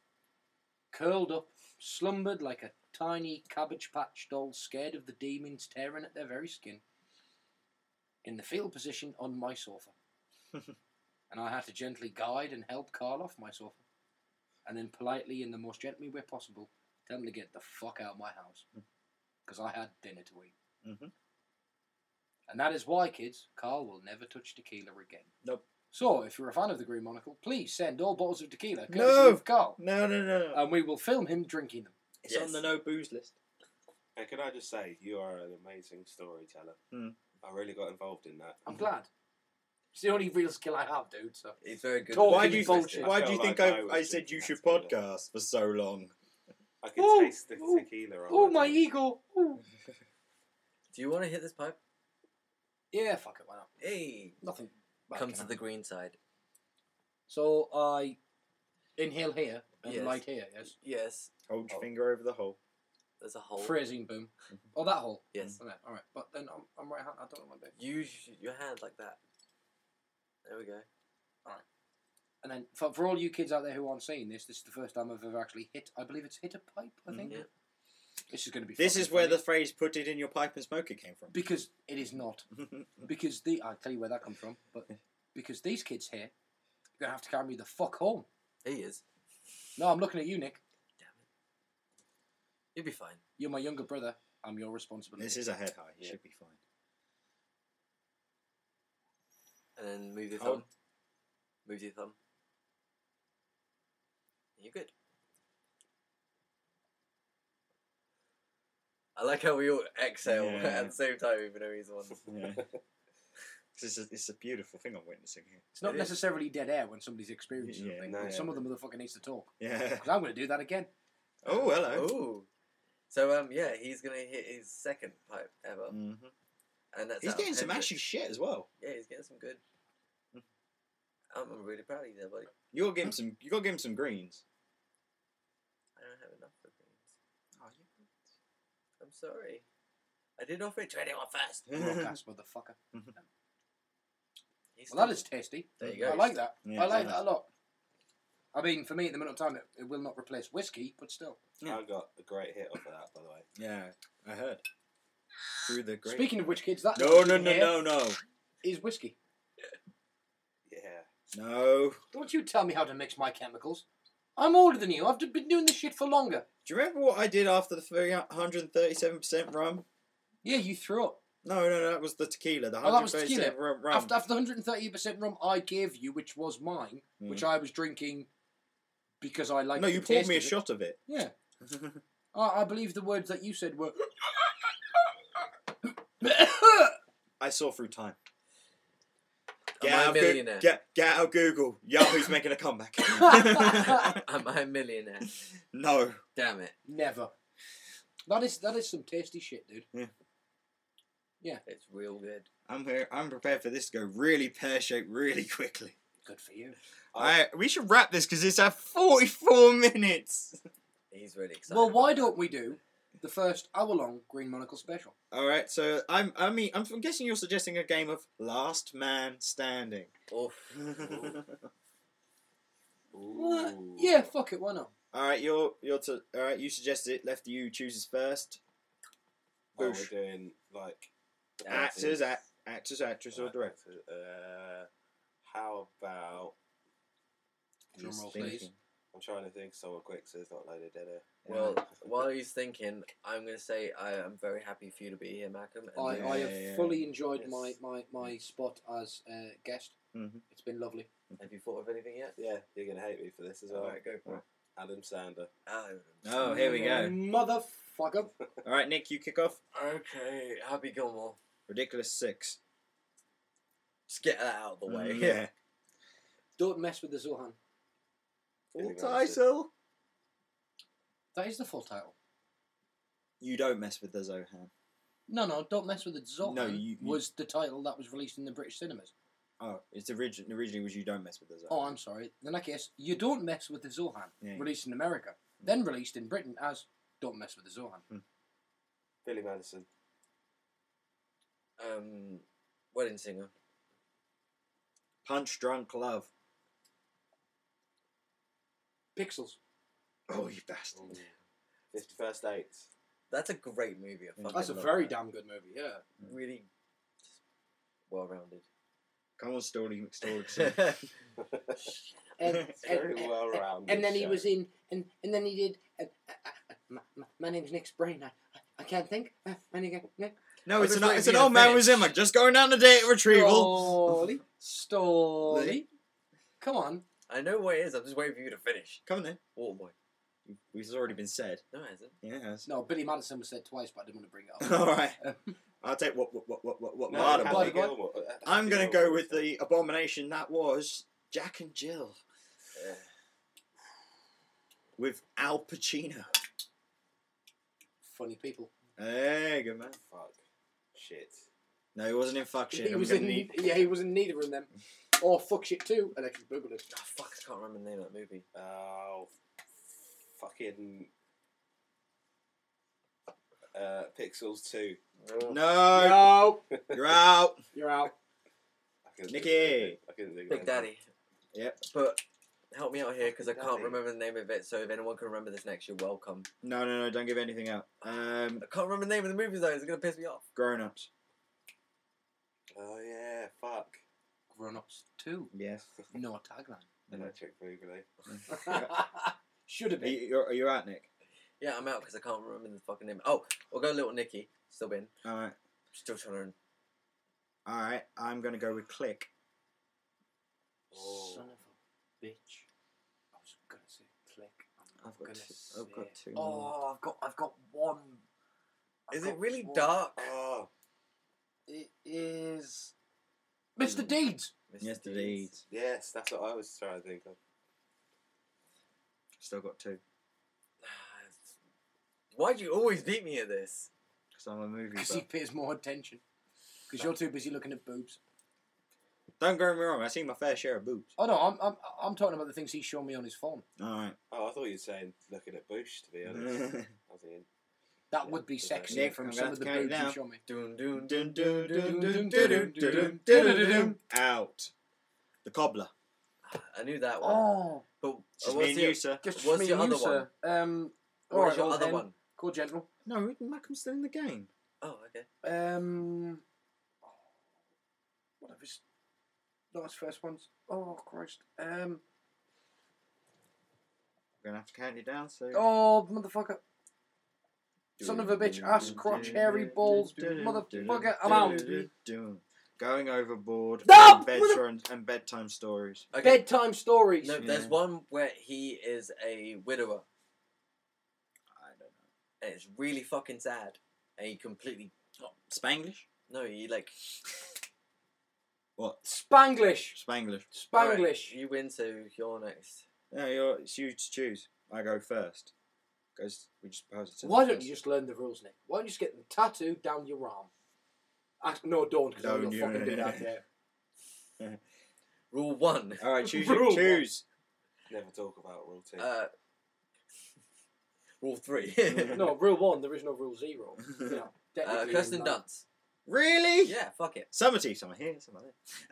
Speaker 3: curled up, slumbered like a tiny cabbage patch doll, scared of the demons tearing at their very skin, in the fetal position on my sofa. and I had to gently guide and help Carl off my sofa, and then politely, in the most gently way possible, tell him to get the fuck out of my house because I had dinner to eat.
Speaker 2: Mhm.
Speaker 3: And that is why, kids, Carl will never touch tequila again.
Speaker 2: Nope.
Speaker 3: So, if you're a fan of the Green Monocle, please send all bottles of tequila courtesy
Speaker 2: No.
Speaker 3: of Carl,
Speaker 2: No, no, no. no.
Speaker 3: and we will film him drinking them.
Speaker 2: Um, it's
Speaker 1: Yes.
Speaker 2: on the no booze list.
Speaker 4: And can I just say, you are an amazing storyteller.
Speaker 2: Hmm.
Speaker 4: I really got involved in that.
Speaker 3: I'm glad. It's the only real skill I have, dude. So
Speaker 1: It's very good.
Speaker 3: Talking
Speaker 2: Why do you
Speaker 3: bullshit.
Speaker 2: Why do
Speaker 4: feel
Speaker 2: you think
Speaker 4: like
Speaker 2: I,
Speaker 4: I was
Speaker 2: I said
Speaker 4: thinking
Speaker 2: you
Speaker 4: that
Speaker 2: should
Speaker 4: too, though.
Speaker 2: podcast for so long?
Speaker 4: I can
Speaker 3: Ooh,
Speaker 4: taste the
Speaker 3: ooh,
Speaker 4: tequila. on
Speaker 3: oh my
Speaker 4: tongue.
Speaker 3: ego! Ooh.
Speaker 1: Do you want to hit this pipe?
Speaker 3: Yeah, fuck it, why not?
Speaker 1: Hey,
Speaker 3: Nothing. bad
Speaker 1: come
Speaker 3: can
Speaker 1: to
Speaker 3: happen.
Speaker 1: the green side.
Speaker 3: So I inhale here and
Speaker 1: Yes.
Speaker 3: light here. Yes.
Speaker 1: Yes,
Speaker 2: Hold your
Speaker 1: Oh.
Speaker 2: finger over the hole.
Speaker 1: there's a hole. Mm-hmm.
Speaker 3: Phrasing boom. Oh, that hole.
Speaker 1: Yes.
Speaker 3: Okay, all right. But then I'm, I'm right hand. I don't know my bit.
Speaker 1: Use your hand like that. There we go.
Speaker 3: And then for, for all you kids out there who aren't seeing this, this is the first time I've ever actually hit. I believe it's hit a pipe. I think.
Speaker 1: Mhm. Yeah.
Speaker 3: This is going to be.
Speaker 2: This
Speaker 3: fucking
Speaker 2: is where
Speaker 3: funny.
Speaker 2: the phrase "put it in your pipe and smoke it" came from.
Speaker 3: because it is not because the I'll tell you where that comes from, but because these kids here, you're gonna have to carry me the fuck home.
Speaker 1: He is.
Speaker 3: No, I'm looking at you, Nick.
Speaker 1: You'll be fine.
Speaker 3: You're my younger brother. I'm your responsibility.
Speaker 2: this is a head high. It
Speaker 4: Yeah.
Speaker 2: should be fine.
Speaker 1: And then move your
Speaker 2: Hold.
Speaker 1: thumb. Move your thumb. You're good. I like how we all exhale
Speaker 2: Yeah.
Speaker 1: at the same time, even though he's the one.
Speaker 2: Yeah. this is it's a beautiful thing I'm witnessing here.
Speaker 3: it's not
Speaker 1: it is.
Speaker 3: necessarily dead air when somebody's experiencing
Speaker 2: Yeah.
Speaker 3: something.
Speaker 4: No,
Speaker 3: but
Speaker 4: yeah.
Speaker 3: Some of the motherfucker needs to talk.
Speaker 2: Yeah.
Speaker 3: Because I'm gonna do that again.
Speaker 2: Oh, hello.
Speaker 1: Oh. So um yeah, he's gonna hit his second pipe ever,
Speaker 4: Oh.
Speaker 2: hmm
Speaker 1: and that's
Speaker 2: He's
Speaker 1: out of
Speaker 2: getting some
Speaker 1: 100.
Speaker 2: ashy Mm. shit as well.
Speaker 1: Yeah, he's getting some good. I'm I'm really proud of you there, buddy.
Speaker 2: You gotta give
Speaker 4: Hmm.
Speaker 2: him some. You gotta give him some greens.
Speaker 1: I don't have enough for things. Oh, you? I'm sorry. I didn't offer it to anyone first.
Speaker 3: Broadcast motherfucker.
Speaker 1: He's
Speaker 3: Well, that
Speaker 1: still-
Speaker 3: is tasty.
Speaker 1: There you go.
Speaker 3: I like that.
Speaker 2: Yeah,
Speaker 3: I like
Speaker 2: nice.
Speaker 3: that a lot. I mean, for me at the minute of time, it, it will not replace whiskey, but still.
Speaker 2: Yeah.
Speaker 4: I got a great hit off of that, by the way.
Speaker 2: Yeah, I heard. Through the green.
Speaker 3: Speaking of which, kids, that
Speaker 2: No,
Speaker 3: noise
Speaker 2: no,
Speaker 3: you
Speaker 2: no,
Speaker 3: hear
Speaker 2: no, no,
Speaker 3: is whiskey.
Speaker 4: Yeah.
Speaker 2: no.
Speaker 3: Don't you tell me how to mix my chemicals. I'm older than you. I've d- been doing this shit for longer.
Speaker 2: Do you remember what I did after the 137 percent rum?
Speaker 3: Yeah, you threw up.
Speaker 2: No, no, no. That was the tequila. The
Speaker 3: Oh, that was
Speaker 2: 137
Speaker 3: tequila.
Speaker 2: rum. rum.
Speaker 3: After, after the 130% rum I gave you, which was mine, which I was drinking because I liked
Speaker 2: Hmm. no,
Speaker 3: the
Speaker 2: you poured
Speaker 3: taste
Speaker 2: me a
Speaker 3: of it.
Speaker 2: shot of it.
Speaker 3: Yeah. I, I believe the words that you said were.
Speaker 2: I saw through time.
Speaker 1: Am I a
Speaker 2: out Goo-
Speaker 1: millionaire?
Speaker 2: get, get out Google. Yahoo's making a comeback.
Speaker 1: Am I a millionaire?
Speaker 2: no.
Speaker 1: Damn it.
Speaker 3: Never. That is that is some tasty shit, dude.
Speaker 1: It's real good.
Speaker 2: I'm here. I'm prepared for this to go really pear shaped really quickly.
Speaker 3: Good for you.
Speaker 2: I, we should wrap this because it's at 44 minutes.
Speaker 1: He's really excited.
Speaker 3: Well, why
Speaker 1: about that.
Speaker 3: don't we do the first hour long Green Monocle special?
Speaker 2: All right, so I'm I mean I'm, I'm guessing you're suggesting a game of Last Man Standing.
Speaker 1: Oof.
Speaker 3: Uh,
Speaker 4: Ooh.
Speaker 3: yeah, fuck it, why not?
Speaker 2: all right, you're you're to all right. You suggested it. Left to you chooses first.
Speaker 4: Oh, we're
Speaker 2: Boosh.
Speaker 4: doing like
Speaker 2: Actors, act, actors, actress, or director.
Speaker 4: Uh, how about
Speaker 3: Drum roll,
Speaker 2: Thinking.
Speaker 3: please.
Speaker 4: I'm trying to think of someone quick so it's not loaded in it.
Speaker 1: Well, while he's thinking, I'm going to say I am very happy for you to be here, Malcolm. And
Speaker 3: I,
Speaker 1: you-
Speaker 3: I
Speaker 2: Yeah,
Speaker 3: have
Speaker 2: yeah, yeah.
Speaker 3: fully enjoyed my,
Speaker 4: Yes.
Speaker 3: my, my spot as uh, guest.
Speaker 2: Mhm.
Speaker 3: It's been lovely.
Speaker 1: Have you thought of anything yet?
Speaker 4: Yeah, you're gonna hate me for this as well.
Speaker 1: Alright, go for it.
Speaker 4: Adam Sander.
Speaker 1: Oh,
Speaker 2: Oh, here we go.
Speaker 3: Motherfucker.
Speaker 2: All right, Nick, you kick off.
Speaker 1: okay, Happy Gilmore.
Speaker 2: Ridiculous six. Mm-hmm.
Speaker 1: Just get that out of the way.
Speaker 2: Mm, Yeah.
Speaker 3: Don't mess with the Zohan.
Speaker 4: Full
Speaker 2: title.
Speaker 3: That is the full title.
Speaker 2: You don't mess with the Zohan.
Speaker 3: No, no, don't mess with the Zohan.
Speaker 2: No, you- you-
Speaker 3: was the title that was released in the British cinemas.
Speaker 2: Oh, it's origin- originally was you don't mess with the Zohan.
Speaker 3: Oh, I'm sorry. In that case, you don't mess with the Zohan.
Speaker 2: Yeah.
Speaker 3: Released in America, then released in Britain as "Don't Mess with the Zohan."
Speaker 4: Billy Madison.
Speaker 1: Um, wedding singer.
Speaker 2: Punch drunk love.
Speaker 3: Pixels.
Speaker 2: Oh, you bastard.
Speaker 4: Fifty First Dates.
Speaker 1: That's a great movie.
Speaker 2: Mm.
Speaker 1: I fucking
Speaker 3: That's a
Speaker 1: love
Speaker 3: very
Speaker 1: that.
Speaker 3: damn good movie. Yeah.
Speaker 1: really well-rounded.
Speaker 2: Come on, Staley McStalkerson.
Speaker 3: And,
Speaker 4: It's very
Speaker 3: and-
Speaker 4: well rounded.
Speaker 3: and then he was in, and and then he did. And, uh, uh, my, my, my name's Nick Brain. I, I, I can't think. Uh, my name, Nick.
Speaker 2: no,
Speaker 1: I
Speaker 2: it's
Speaker 1: was
Speaker 2: an,
Speaker 1: waiting
Speaker 2: it's
Speaker 1: for
Speaker 2: an
Speaker 1: you to
Speaker 2: old man
Speaker 1: finish.
Speaker 2: with Zimmer just going down the date retrieval.
Speaker 3: Stolly, Stolly. Come on.
Speaker 1: I know what it is. I'm just waiting for you to finish.
Speaker 2: Come on then.
Speaker 1: Waterboy.
Speaker 2: This has already been said.
Speaker 1: No, it hasn't.
Speaker 2: Yeah, it has.
Speaker 3: No, Billy Madison was said twice, but I didn't want to bring it up.
Speaker 2: All right. I'll take what what what what what what.
Speaker 4: No,
Speaker 2: what-
Speaker 3: Waterboy.
Speaker 4: Happy
Speaker 2: what-
Speaker 4: Gilmore. Uh,
Speaker 2: I'm
Speaker 4: Happy
Speaker 2: gonna
Speaker 4: Gilmore
Speaker 2: go
Speaker 4: was
Speaker 2: with the abomination that was Jack and Jill
Speaker 1: Yeah.
Speaker 2: with Al Pacino.
Speaker 3: Funny people.
Speaker 2: Hey, good man.
Speaker 4: Fuck. Shit.
Speaker 2: No, he wasn't in fuck shit.
Speaker 3: he
Speaker 2: I'm
Speaker 3: was
Speaker 2: gonna
Speaker 3: in.
Speaker 2: need-
Speaker 3: Yeah, he was in neither of them. Or fuck shit too. And I just googled it.
Speaker 1: Oh, fuck, I can't remember the name of that movie.
Speaker 4: Oh, fucking. Uh, Pixels 2.
Speaker 2: No,
Speaker 3: No,
Speaker 2: you're out.
Speaker 3: you're out.
Speaker 4: I couldn't
Speaker 2: Nicky.
Speaker 4: think of it. I couldn't think of
Speaker 1: Big
Speaker 4: it.
Speaker 1: Daddy.
Speaker 2: Yep.
Speaker 1: But help me out here because I
Speaker 4: Big
Speaker 1: can't
Speaker 4: Daddy.
Speaker 1: remember the name of it. So if anyone can remember this next year, welcome.
Speaker 2: No, no, no. Don't give anything out. Um,
Speaker 1: I can't remember the name of the movie though. It's gonna piss me off.
Speaker 2: grown ups.
Speaker 4: Oh, yeah, fuck.
Speaker 3: Grown ups too.
Speaker 2: Yes.
Speaker 3: No tagline.
Speaker 4: Electric Boogaloo.
Speaker 3: Should have
Speaker 2: Are
Speaker 3: been.
Speaker 2: you, are you out, Nick?
Speaker 1: Yeah, I'm out because I can't remember the fucking name. Oh, we'll go Little Nicky. Still in.
Speaker 2: All right.
Speaker 1: Still trying to.
Speaker 2: All right. I'm gonna go with Click.
Speaker 4: Oh.
Speaker 3: Son of a bitch. I was gonna say click. I'm
Speaker 2: I've got
Speaker 3: gonna
Speaker 2: two-
Speaker 3: say
Speaker 2: I've got
Speaker 3: it.
Speaker 2: two
Speaker 3: Oh, I've got. I've got one. I've
Speaker 1: Is it
Speaker 3: got
Speaker 1: really
Speaker 3: one.
Speaker 1: dark?
Speaker 4: Oh,
Speaker 3: It is. Mr. Deeds.
Speaker 1: Mr.
Speaker 2: Yes, the
Speaker 1: Deeds.
Speaker 2: deeds.
Speaker 4: yes, that's what I was trying to think of.
Speaker 2: Still got two.
Speaker 1: Why do Ah, you always beat me at this?
Speaker 2: Because I'm a movie
Speaker 3: Because
Speaker 2: buff.
Speaker 3: he pays more attention. Because you're too busy looking at boobs.
Speaker 2: Don't get me wrong. I see my fair share of boobs.
Speaker 3: Oh no, I'm I'm I'm talking about the things he's shown me on his phone.
Speaker 2: All right.
Speaker 4: Oh, I thought you were saying looking at Bush, to be honest. I was thinking,
Speaker 3: That
Speaker 4: Yeah,
Speaker 3: would be
Speaker 4: okay.
Speaker 3: sexy
Speaker 2: Nick,
Speaker 3: from
Speaker 2: I'm
Speaker 3: some
Speaker 2: gonna
Speaker 3: of the
Speaker 2: have to
Speaker 3: boobs
Speaker 2: count
Speaker 3: you
Speaker 2: it
Speaker 3: show me.
Speaker 1: Doon doon doon.
Speaker 2: Dun, dun, dun, dun, dun, dun, dun, dun, dun. Out. The cobbler.
Speaker 1: I knew that one.
Speaker 3: Oh,
Speaker 1: But
Speaker 2: Just me
Speaker 1: what's
Speaker 2: and
Speaker 1: the,
Speaker 2: you, sir.
Speaker 3: just
Speaker 1: What's
Speaker 3: me
Speaker 1: your
Speaker 3: and you,
Speaker 1: other
Speaker 3: sir. Um, all
Speaker 1: what's
Speaker 3: right,
Speaker 1: your
Speaker 3: old
Speaker 1: other
Speaker 3: hen.
Speaker 1: one?
Speaker 3: Cool, general.
Speaker 2: No, Malcolm's still in the game.
Speaker 1: Oh, okay.
Speaker 3: Um, what of his last first ones? Oh Christ. Um,
Speaker 2: We're gonna have to count you down. So.
Speaker 3: oh motherfucker. Son of a bitch, ass, crotch, hairy balls, motherfucker, I'm out.
Speaker 2: Going overboard.
Speaker 3: No!
Speaker 2: and Bedtime and bedtime stories.
Speaker 1: Okay.
Speaker 3: Bedtime stories.
Speaker 1: No, there's
Speaker 2: Yeah.
Speaker 1: one where he is a widower,
Speaker 2: I don't know.
Speaker 1: and it's really fucking sad. And he completely
Speaker 2: Spanglish.
Speaker 1: no, he like
Speaker 2: What?
Speaker 3: Spanglish.
Speaker 2: Spanglish.
Speaker 1: Alright,
Speaker 3: Spanglish.
Speaker 1: you win, so you're next.
Speaker 2: No, you're, it's you to choose. I go first. Goes. We just pass it to
Speaker 3: Why
Speaker 2: the
Speaker 3: don't
Speaker 2: first.
Speaker 3: you just learn the rules, Nick? Why don't you just get them tattooed down your arm? Ah, no, don't, because I'm
Speaker 2: Don't
Speaker 3: gonna
Speaker 2: you-
Speaker 3: fucking do that. Yeah.
Speaker 1: Rule one.
Speaker 2: All right, choose.
Speaker 3: Rule
Speaker 2: Your,
Speaker 3: one.
Speaker 2: choose.
Speaker 4: never talk about Rule 2.
Speaker 1: Uh, rule three.
Speaker 3: No, rule one. There is no rule zero. Yeah,
Speaker 1: uh,
Speaker 3: technically,
Speaker 1: Kirsten
Speaker 3: no.
Speaker 1: Dunst.
Speaker 2: Really?
Speaker 1: Yeah, fuck it.
Speaker 2: Summer tea. Summer here. Summer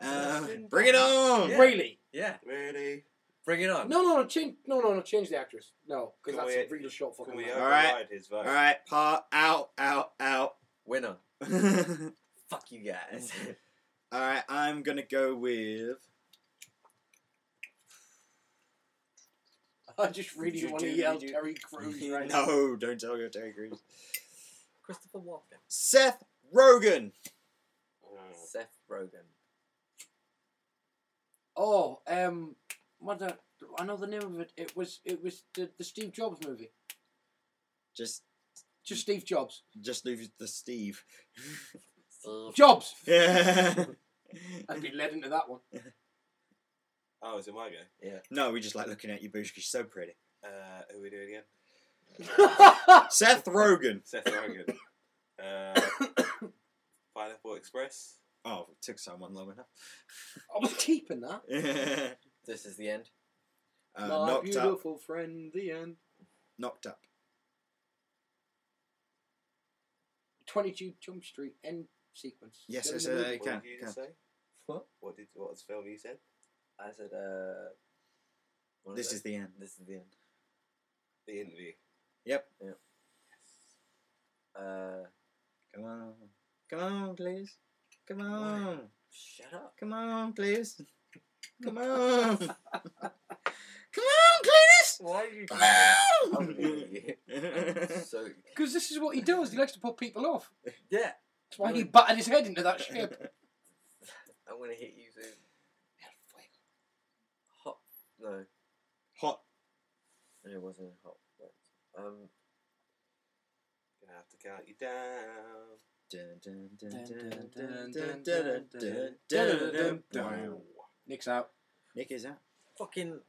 Speaker 2: there. Um,
Speaker 1: Kirsten
Speaker 2: bring it on.
Speaker 1: Yeah.
Speaker 3: Oh, Really?
Speaker 1: Yeah,
Speaker 4: really?
Speaker 1: bring it
Speaker 3: No,
Speaker 1: on.
Speaker 3: no, no. Change. No, no, no. Change the actress. No, because
Speaker 4: Can
Speaker 3: that's
Speaker 4: we-
Speaker 3: a real short fucking.
Speaker 4: Can we
Speaker 2: All
Speaker 3: line.
Speaker 4: override
Speaker 2: right.
Speaker 4: his vote?
Speaker 2: All right. Part out. Out. Out.
Speaker 1: Winner.
Speaker 2: All
Speaker 1: Fuck you guys.
Speaker 2: right. I'm gonna go with.
Speaker 3: I just really
Speaker 2: You
Speaker 3: want to
Speaker 2: do,
Speaker 3: yell
Speaker 2: you do.
Speaker 3: Terry Crews right now.
Speaker 2: no, don't tell your Terry Crews.
Speaker 1: Christopher Walken.
Speaker 2: Seth Rogen.
Speaker 4: Mm.
Speaker 1: Seth Rogen.
Speaker 3: Oh, um, what the, I know the name of it. It was it was the, the Steve Jobs movie.
Speaker 2: Just,
Speaker 3: Just Steve Jobs.
Speaker 2: just leave the Steve.
Speaker 3: Jobs.
Speaker 2: Yeah.
Speaker 3: I'd be led into that one.
Speaker 4: Oh, is it my go?
Speaker 2: no, we just like looking at you, Boosh, 'cause you're so pretty.
Speaker 4: Uh, who are we doing again?
Speaker 2: Seth Rogen.
Speaker 4: Seth Rogen. uh, Pineapple Express.
Speaker 2: Oh, it took someone long enough.
Speaker 3: I was keeping that.
Speaker 2: uh,
Speaker 1: This is the end.
Speaker 3: My
Speaker 2: knocked up.
Speaker 3: beautiful friend, the end.
Speaker 2: Knocked up.
Speaker 3: 22 Jump Street end sequence.
Speaker 2: Yes,
Speaker 3: Still
Speaker 2: yes,
Speaker 3: in the
Speaker 2: uh,
Speaker 3: movie.
Speaker 2: It can-
Speaker 4: what did you
Speaker 2: can.
Speaker 4: say?
Speaker 1: What?
Speaker 4: What did what was the film you said?
Speaker 1: I said, uh. what
Speaker 2: This is
Speaker 1: it?
Speaker 2: the end.
Speaker 1: This is the end.
Speaker 4: The interview.
Speaker 2: Yep.
Speaker 1: Uh.
Speaker 2: Come on. Come on, please. Come on.
Speaker 1: Shut up.
Speaker 2: Come on, please. Come on. Come on, please.
Speaker 1: Why are you.
Speaker 2: Come
Speaker 1: I'm leaving
Speaker 2: on.
Speaker 1: you. so.
Speaker 3: Because this is what he does. He likes to put people off.
Speaker 1: Yeah.
Speaker 3: That's why he battered his head into that ship.
Speaker 1: I'm gonna hit you soon. Hot. No.
Speaker 2: Hot.
Speaker 1: No, it wasn't hot. Um.
Speaker 4: Gonna have to count you down.
Speaker 3: Nick's out.
Speaker 2: Nick is out.
Speaker 1: Fucking.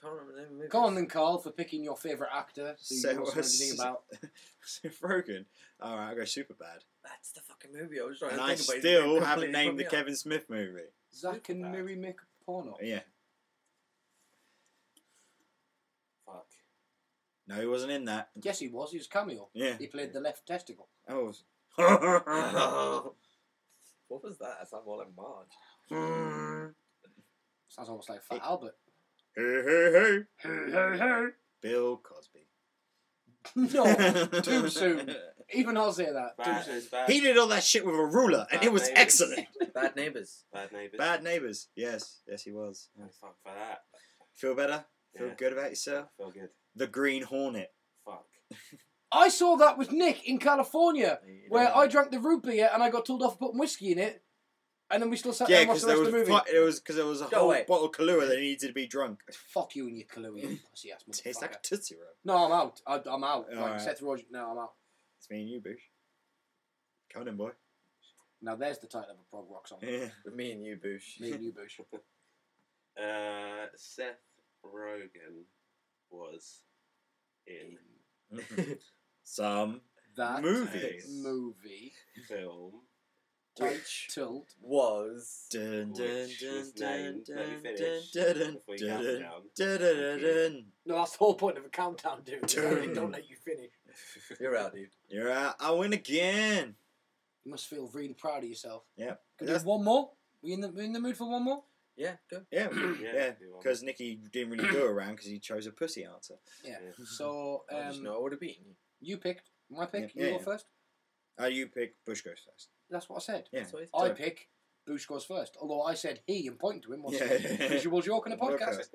Speaker 1: Can't remember the name of the
Speaker 3: Go on
Speaker 1: movie.
Speaker 3: then, Carl, for picking your favourite actor. So you
Speaker 2: So
Speaker 3: don't know
Speaker 2: was-
Speaker 3: anything about.
Speaker 2: Seth Rogen. All right, I'll go super bad.
Speaker 1: That's the fucking movie I was trying
Speaker 2: And
Speaker 1: to
Speaker 2: I
Speaker 1: think about. It
Speaker 2: still
Speaker 1: completely
Speaker 2: haven't
Speaker 1: fucked
Speaker 2: named
Speaker 1: me
Speaker 2: the
Speaker 1: up.
Speaker 2: Kevin Smith movie.
Speaker 3: Zach and Miri make a porno.
Speaker 2: Yeah.
Speaker 4: Fuck.
Speaker 2: No, he wasn't in that.
Speaker 3: Yes, he was. He was cameo.
Speaker 2: Yeah.
Speaker 3: He played the left testicle.
Speaker 2: Oh.
Speaker 1: what was that? That's more like Marge.
Speaker 3: Mm. Sounds almost like Fat
Speaker 2: It-
Speaker 3: Albert.
Speaker 2: Hey, hey, hey.
Speaker 3: Hey, hey, hey.
Speaker 2: Bill Cosby.
Speaker 3: No,
Speaker 2: Oh,
Speaker 3: too soon. Even I'll say that.
Speaker 4: Bad,
Speaker 3: Too soon.
Speaker 4: bad,
Speaker 2: He did all that shit with a ruler, and it
Speaker 4: Bad
Speaker 2: was
Speaker 4: neighbors.
Speaker 2: excellent.
Speaker 1: Bad Neighbours.
Speaker 4: bad neighbours.
Speaker 2: Bad neighbors. Yes, yes, he was.
Speaker 4: Oh, fuck for that.
Speaker 2: Feel better. Feel
Speaker 4: Yeah.
Speaker 2: good about yourself.
Speaker 4: Feel good.
Speaker 2: The Green Hornet.
Speaker 4: Fuck.
Speaker 3: I saw that with Nick in California,
Speaker 1: You
Speaker 3: where
Speaker 1: don't
Speaker 3: I
Speaker 1: know.
Speaker 3: drank the root beer and I got told off for putting whiskey in it, and then we still sat
Speaker 2: yeah,
Speaker 3: there and
Speaker 2: because
Speaker 3: watched the
Speaker 2: there
Speaker 3: rest of
Speaker 2: was
Speaker 3: the movie.
Speaker 2: fi- it was because there was a
Speaker 1: Go
Speaker 2: whole
Speaker 1: away.
Speaker 2: bottle of Kahlua that needed to be drunk.
Speaker 3: Fuck you and your Kahlua, you pussy ass motherfucker.
Speaker 2: Tastes like a tootsie roll.
Speaker 3: No, I'm out. I, I'm out.
Speaker 2: All
Speaker 3: like
Speaker 2: right.
Speaker 3: Seth Rogen. No, I'm out.
Speaker 2: It's me and you, Boosh. Come on in, boy.
Speaker 3: Now there's the title of a prog rock song.
Speaker 2: Yeah.
Speaker 1: With me and you, Boosh.
Speaker 3: Me and you, Bush.
Speaker 4: Uh, Seth Rogen was in
Speaker 2: Some
Speaker 3: That
Speaker 2: movies.
Speaker 3: movie
Speaker 4: film.
Speaker 1: Which
Speaker 3: titled.
Speaker 1: was.
Speaker 2: Dun, dun,
Speaker 4: Which
Speaker 2: dun,
Speaker 4: was
Speaker 2: dun,
Speaker 4: named- let me
Speaker 2: dun, dun,
Speaker 4: finish
Speaker 2: dun,
Speaker 4: before you count
Speaker 2: dun,
Speaker 4: down.
Speaker 2: dun, dun, dun.
Speaker 3: No, that's the whole point of a countdown, dude.
Speaker 2: Dude.
Speaker 3: Don't let you finish.
Speaker 1: You're out, dude.
Speaker 2: You're out. I win again.
Speaker 3: You must feel really proud of yourself.
Speaker 2: Yep.
Speaker 3: Could we have one more? We in the we in the mood for one more?
Speaker 1: Yeah, go.
Speaker 2: Yeah, yeah.
Speaker 4: if you want.
Speaker 2: Because Nicky didn't really go around because he chose a pussy answer.
Speaker 3: Yeah.
Speaker 4: Yeah.
Speaker 3: So
Speaker 1: I just
Speaker 3: um,
Speaker 1: know I would have beaten you.
Speaker 3: you picked my pick.
Speaker 2: Yeah.
Speaker 3: You
Speaker 2: Yeah,
Speaker 3: go
Speaker 2: yeah.
Speaker 3: first.
Speaker 2: Uh, you pick Bush goes first.
Speaker 3: That's what I said.
Speaker 2: Yeah.
Speaker 1: That's what it's
Speaker 3: I
Speaker 1: done.
Speaker 3: pick. Bush goes first. Although I said he and pointing to him. Once
Speaker 2: Yeah.
Speaker 3: again. Visual joke in a
Speaker 2: Well,
Speaker 3: podcast.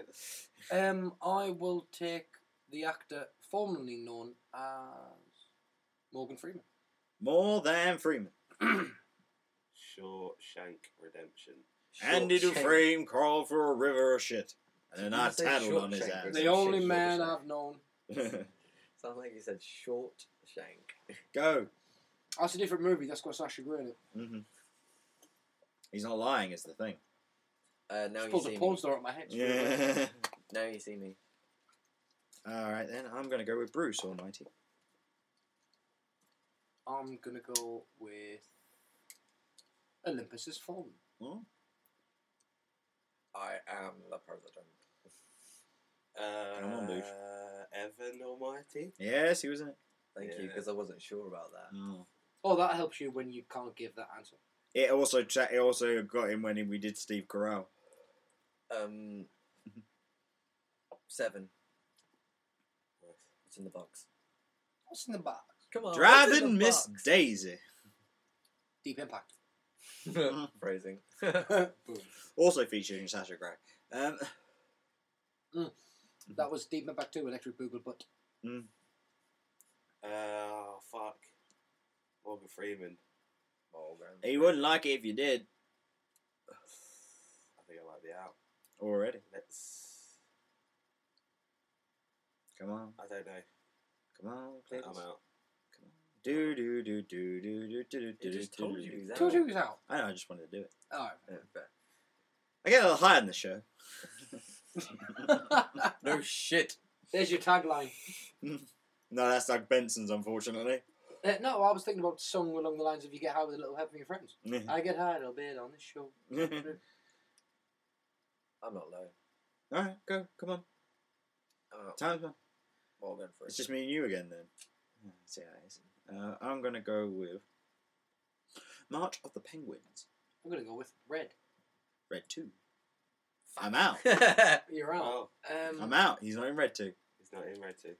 Speaker 2: okay.
Speaker 3: Um, I will take the actor formerly known as Morgan Freeman.
Speaker 2: More than Freeman.
Speaker 4: Shawshank Redemption.
Speaker 2: Andy
Speaker 1: Shawshank.
Speaker 2: Dufresne crawled for a river of shit.
Speaker 1: Did
Speaker 2: And
Speaker 1: you
Speaker 2: I
Speaker 1: say
Speaker 2: tattled on his
Speaker 1: Shawshank
Speaker 2: ass.
Speaker 1: Redemption?
Speaker 3: The only
Speaker 1: shit,
Speaker 3: man
Speaker 1: shit.
Speaker 3: I've known.
Speaker 1: Sounds like you said short shank.
Speaker 2: go.
Speaker 3: That's a different movie. That's got Sasha Grey in it.
Speaker 2: hmm He's not lying, is the thing.
Speaker 1: Uh, now
Speaker 3: Just
Speaker 1: you
Speaker 3: pulled a
Speaker 1: see
Speaker 3: porn
Speaker 1: me.
Speaker 3: star at my head.
Speaker 2: Yeah.
Speaker 1: Now you see me.
Speaker 2: All right, then. I'm going to go with Bruce Almighty.
Speaker 3: I'm gonna go with Olympus Has Fallen.
Speaker 1: I am the president.
Speaker 4: Uh,
Speaker 2: Come on, Boosh.
Speaker 4: Evan Almighty.
Speaker 2: Yes, he was in it.
Speaker 1: Thank you,
Speaker 4: Yeah.
Speaker 1: because I wasn't sure about that.
Speaker 3: Oh, that helps you when you can't give that answer.
Speaker 2: It also tra- it also got him when we did Steve
Speaker 1: Oh,
Speaker 2: Carell.
Speaker 1: Um, seven. It's in the box.
Speaker 3: What's in the box?
Speaker 1: Come on. what's in
Speaker 2: Driving
Speaker 1: the
Speaker 2: Miss
Speaker 1: box?
Speaker 2: Daisy.
Speaker 3: Deep Impact.
Speaker 1: Phrasing.
Speaker 3: Boom.
Speaker 2: Also featuring Sasha Grey. Um,
Speaker 3: That was Deep Back 2, Electric Boogaloo Butt.
Speaker 4: Uh, oh, fuck. Morgan Freeman.
Speaker 1: Morgan.
Speaker 2: He wouldn't like it if you did
Speaker 4: I think I might be out.
Speaker 2: already.
Speaker 4: Let's.
Speaker 2: Come on,
Speaker 4: I don't know.
Speaker 2: come on,
Speaker 4: I think
Speaker 2: Cletus.
Speaker 4: I'm out.
Speaker 2: Do do do do do do do do.
Speaker 1: He just
Speaker 2: do,
Speaker 1: told
Speaker 2: do,
Speaker 1: you
Speaker 2: do.
Speaker 1: he's out.
Speaker 3: Told you he was out.
Speaker 2: I know. I just wanted to do it.
Speaker 3: Oh.
Speaker 2: I get a little high on the show.
Speaker 1: No shit.
Speaker 3: There's your tagline.
Speaker 2: No, that's Doug Benson's, unfortunately.
Speaker 3: Uh, no, I was thinking about song along the lines of you get high with a little help from your friends. I get high a little bit on this show.
Speaker 1: I'm not low.
Speaker 2: All right, go. Come on.
Speaker 1: I'm out.
Speaker 2: Time's up.
Speaker 1: Morgan for
Speaker 2: It's just me and you again then. Yeah, see how it is. Uh, I'm gonna go with March of the Penguins,
Speaker 3: I'm going to go with red.
Speaker 2: Red Two. I'm out.
Speaker 1: it
Speaker 3: You're out.
Speaker 4: Oh,
Speaker 3: Um,
Speaker 2: I'm out. He's not in Red Two.
Speaker 4: he's not in red too.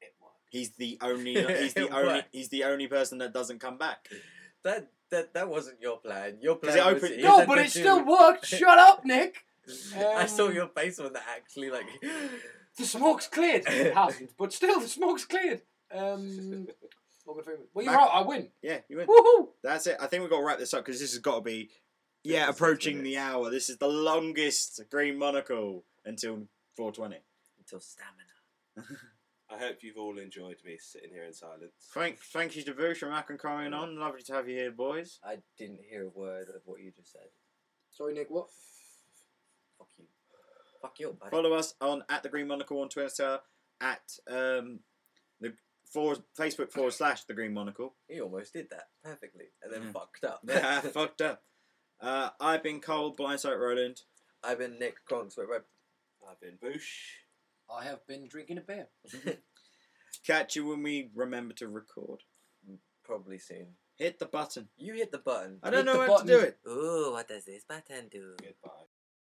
Speaker 3: It worked.
Speaker 2: He's the only. He's the
Speaker 1: It
Speaker 2: only.
Speaker 1: worked.
Speaker 2: He's the only person that doesn't come back.
Speaker 1: that that that wasn't your plan. Your
Speaker 2: Because
Speaker 1: plan
Speaker 2: it
Speaker 1: was
Speaker 2: opened-
Speaker 1: he
Speaker 2: No,
Speaker 1: said
Speaker 3: No, but
Speaker 1: the
Speaker 3: it still
Speaker 1: dude-
Speaker 3: worked. Shut up, Nick.
Speaker 1: I saw
Speaker 3: Um,
Speaker 1: your face when that actually like.
Speaker 3: The smoke's cleared. It hasn't, but still, the smoke's cleared. Um, Morgan Freeman. Well, you're
Speaker 2: Mac-
Speaker 3: out. I win.
Speaker 2: Yeah, you win.
Speaker 3: Woohoo!
Speaker 2: That's it. I think we've got to wrap this up because this has got to be, yeah,
Speaker 4: Fifty-six
Speaker 2: approaching the hour. This is the longest Green Monocle until 420.
Speaker 1: Until stamina.
Speaker 4: I hope you've all enjoyed me sitting here in silence.
Speaker 2: Thank, thank you to Vush and Mac and coming on. Lovely to have you here, boys.
Speaker 1: I didn't hear a word of what you just said.
Speaker 3: Sorry, Nick. What?
Speaker 1: Fuck you. Fuck you, buddy.
Speaker 2: Follow us on at the Green Monocle on Twitter, at um, the for, Facebook forward slash the Green Monocle.
Speaker 1: He almost did that perfectly, and then
Speaker 2: Yeah.
Speaker 1: fucked up.
Speaker 2: Yeah, fucked up. Uh, I've been cold, blindsight Roland.
Speaker 1: I've been Nick Cronks. Wait, wait.
Speaker 4: I've been Boosh.
Speaker 3: I have been drinking a beer.
Speaker 2: Catch you when we remember to record.
Speaker 1: Probably soon.
Speaker 2: Hit the button.
Speaker 1: You hit the button.
Speaker 2: I don't
Speaker 3: Hit
Speaker 2: know
Speaker 3: the
Speaker 2: how to do
Speaker 3: button.
Speaker 2: it.
Speaker 1: Ooh, what does this button do?
Speaker 4: Goodbye.